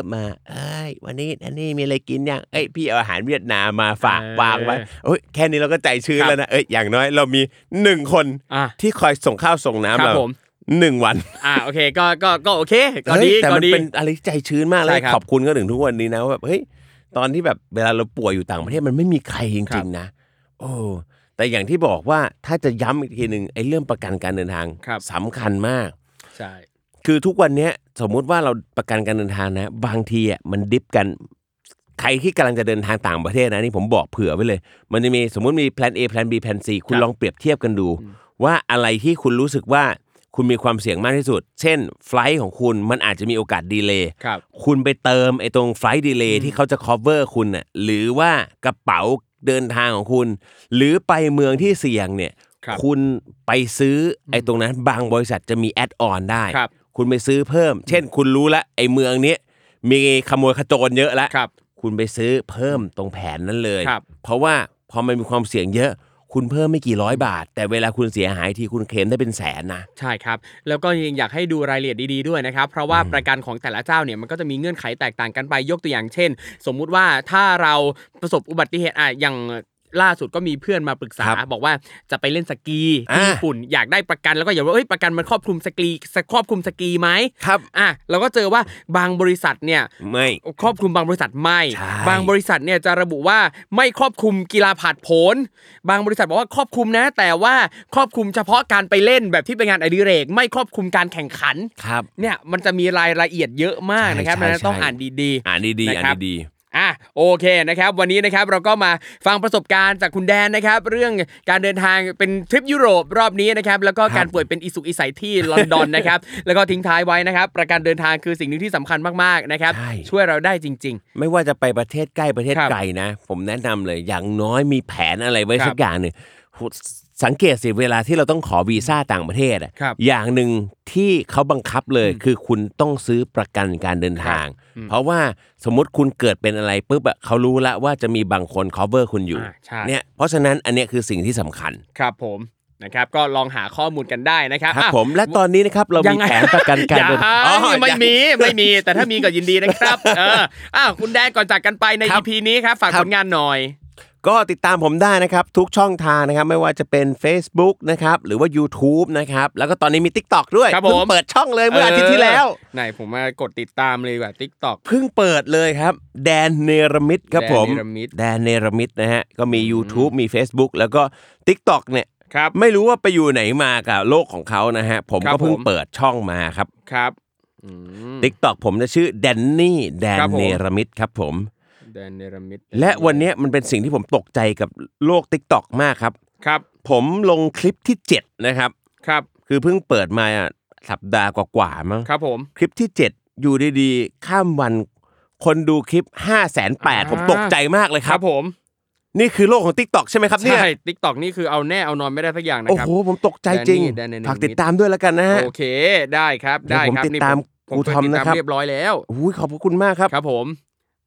บมา เอ้ย วันนี้อันนี้มีอะไรกินยังเอ้ยพี่เอาอาหารเวียดนามมาฝาก เออ วางไว้โอ้ยแค่นี้เราก็ใจชื้น ครับ แล้วนะเอ้ยอย่างน้อยเรามีหนึ่งคน อ่ะ ที่คอยส่งข้าวส่ง ครั น้ำ บ เรา ผม หนึ่งวัน อ่าโอเคก็ก็ก็โอเคก็ เฮ้ย ดี แต่ ก็ มัน ดี เป็นอะไรที่ใจชื้นมากเล ใช่ ย ครับ ขอบคุณก็ถึงทุกวันนี้นะว่าแบบเฮ้ยตอนที่แบบเวลาเราป่วยอยู่ต่างประเทศมันไม่มีใครจ ครั ริ บ งๆนะโอ้แต่อย่างที่บอกว่าถ้าจะย้ำอีกทีหนึ่งไอ้เรื่องประกันการเดินทางสำคัญมาก ใช่ คือทุกวันเนี้ยสมมุติว่าเราประกันการเดินทางนะ บางทีอ่ะมันดิฟกัน ใครที่กำลังจะเดินทางต่างประเทศนะนี่ผมบอกเผื่อไว้เลย มันจะมีสมมุติมีแพลน A แพลน B แพลน C คุณ ครับ ลองเปรียบเทียบกันดู ว่าอะไรที่คุณรู้สึกว่าคุณมีความเสี่ยงมากที่สุด เช่นไฟล์ของคุณมันอาจจะมีโอกาสดีเลย์ ครับ คุณไปเติมไอ้ตรงไฟล์ดีเลย์ที่เขาจะ cover คุณน่ะหรือว่ากระเป๋าเดินทางของคุณ หรือไปเมืองที่เสี่ยงเนี่ย ครับ ณไปซื้ออไอ้ตรงนั้น บางบริษัทจะมีแอดออนได้ ครับ คุณไปซื้อเพิ่ม เช่น คุณรู้ละไอ้เมืองเนี้ยมีขโมยขโจรเยอะละ ครับ คุณไปซื้อเพิ่มตรงแผนนั้นเลย ครับ เพราะว่าพอมันมีความเสี่ยงเยอะ คุณเพิ่มไม่กี่ร้อยบาท แต่เวลาคุณเสียหายทีคุณเคลมได้เป็นแสนนะ ใช่ครับ แล้วก็ยังอยากให้ดูรายละเอียดดีๆด้วยนะครับ เพราะว่าประกันของแต่ละเจ้าเนี่ยมันก็จะมีเงื่อนไขแตกต่างกันไปยกตัวอย่างเช่น สมมุติว่าถ้าเราประสบอุบัติเหตุอ่ะอย่างล่าสุดก็มีเพื่อนมาปรึกษา ครับ บอกว่าจะไปเล่นสกีที่ อ่า ญี่ปุ่นอยากได้ประกันแล้วก็อย่าว่าเอ้ยประกันมันครอบคลุมสกีครอบคลุมสกีไหม ครับ อ่ะเราก็เจอว่าบางบริษัทเนี่ย ไม่ ครอบคลุมบางบริษัทไม่ ใช่ บางบริษัทเนี่ยจะระบุว่าไม่ครอบคลุมกีฬาผาดโผนบางบริษัทบอกว่าครอบคลุมนะ แต่ว่าครอบคลุมเฉพาะการไปเล่นแบบที่เป็นงานอดิเรก ไม่ครอบคลุมการแข่งขัน ครับ เนี่ยมันจะมีรายละเอียดเยอะมาก ใช่ นะครับ ใช่ ดังนั้นต้อง ใช่ อ่านดีๆ อ่านดีๆ นะ อ่า ครับ นดี อ่ะโอเคนะครับ วันนี้นะครับเราก็มาฟังประสบการณ์จากคุณแดนนะครับ เรื่องการเดินทางเป็นทริปยุโรปรอบนี้นะครับ แล้วก็การป่วยเป็นอิสุกอิสัยที่ลอนดอนนะครับ แล้วก็ทิ้งท้ายไว้นะครับ ประกันเดินทางคือสิ่งหนึ่งที่สำคัญมากๆนะครับ ช่วยเราได้จริง ๆ ไม่ว่าจะไปประเทศใกล้ประเทศ ครับ ไกลนะ ผมแนะนำเลยอย่างน้อยมีแผนอะไรไว้ ครับ สักอย่างหนึ่งสังเกตสิเวลาที่เราต้องขอวีซ่าต่างประเทศอะ ครับ อย่างหนึ่งที่เขาบังคับเลยคือคุณต้องซื้อประกันการเดินทาง เพราะว่าสมมติคุณเกิดเป็นอะไรปุ๊บอะเขารู้ละว่าจะมีบางคน cover คุณอยู่ อ่าใช่ เนี่ยเพราะฉะนั้นอันเนี้ยคือสิ่งที่สำคัญ ครับผมนะครับก็ลองหาข้อมูลกันได้นะครับ ครับ อ่ะ ผมและตอนนี้นะครับเรา ยั มี งไง แผนประกันการเดิน ยัง อ๋อ ไม่ ยัง มีไม่มีแต่ถ้า มีก็ยินดีนะครับ เอออ้าวคุณแดนก่อนจากกันไปใน ครับ EP นี้ครับฝากผลงานหน่อย ก็ติดตามผมได้นะครับ ทุกช่องทางนะครับ ไม่ว่าจะเป็น Facebook นะครับ หรือว่า YouTube นะครับ แล้วก็ตอนนี้มี TikTok ด้วย ครับผม เพิ่งเปิดช่องเลยเมื่ออาทิตย์ที่แล้ว ไหนผมมากดติดตามเลยแบบ TikTok เพิ่งเปิดเลยครับ แดนเนรมิตครับ แดน ผม เนรมิต แดนเนรมิตนะฮะก็มี YouTube มี Facebook แล้วก็ TikTok เนี่ย ครับ ไม่รู้ว่าไปอยู่ไหนมากับโลกของเขานะฮะผม ครั ก็ บ เพิ่ง ผม เปิดช่องมาครับ ครับอืม TikTok ผมจะชื่อแดนนี่แดน ครับผม เนรมิตครับผม แดนเนรมิต และวันเนี้ยมันเป็นสิ่งที่ผมตกใจกับโลก TikTok มากครับ ครับ ผมลงคลิปที่ 7 นะครับ ครับ คือเพิ่งเปิดมาอ่ะสัปดาห์กว่าๆมั้ง ครับผม คลิปที่ 7 อยู่ดีๆ ข้ามวันคนดูคลิป 5 8 0 0 อ่า 0ผมตกใจมากเลย ค ครั รับ บผม นี่คือโลกของ TikTok ใช่ไหมครับเนี่ย ใช่ TikTok นี่คือเอาแน่เอานอนไม่ได้สักอย่างนะ โอ้ ครับ โห ผมตกใจจริง แดนนี่แดนนี่ ฝากติดตามด้วยแล้วกันนะฮะ โอเคได้ครับ เดี๋ยว ได้ ผม ครับ ติดตาม นี่ผม ครูทอม ผมติดตา นะครับ เรียบร้อยแล้ว อุ้ยขอบพระคุณมากครับ ครับผม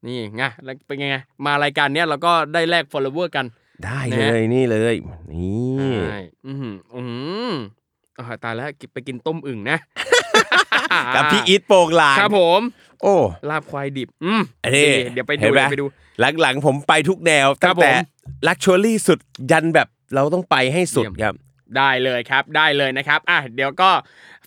นี่ไงแล้วเป็นไง มารายการเนี้ยเราก็ได้แลก follower กัน ได้ นะ เล ฮะ ยนี่เลยนี่ ใช่อืมอืมอ่าตายแล้วไปกินต้มอึ่งนะ กับพี่อีทโปร่งลาง ครับผม โอ้ ลาบควายดิบ อืม อันนี้ ดีเดี๋ยวไป เห็ ดู นไหม เดี๋ยวไปดู หลังๆ ผมไปทุกแนว ครั ตั้ บ งแต่ ผม ลักชัวรี่สุดยันแบบเราต้องไปให้สุด เยี่ยม ครับ ได้เลยครับ ได้เลยนะครับอ่ะเดี๋ยวก็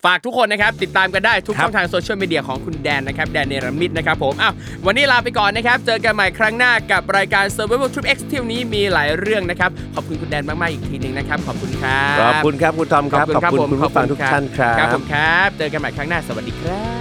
ฝากทุกคนนะครับ ติดตามกันได้ทุก ครับ ช่องทางโซเชียลมีเดียของคุณแดนนะครับ แดนเนรมิตนะครับผมอ้าววันนี้ลาไปก่อนนะครับ เจอกันใหม่ครั้งหน้ากับรายการ Survival Trip X เที่ยวนี้มีหลายเรื่องนะครับ ขอบคุณคุณแดนมาก ๆ อีกทีหนึงนะครับ ขอบคุณครับ ขอบคุณครับคุณทอมครับ ขอบคุณคุณผู้ฟังทุกท่านครั ครับผ บ มครับ เจอกันใหม่ครั้งหน้าสวัสดีครับ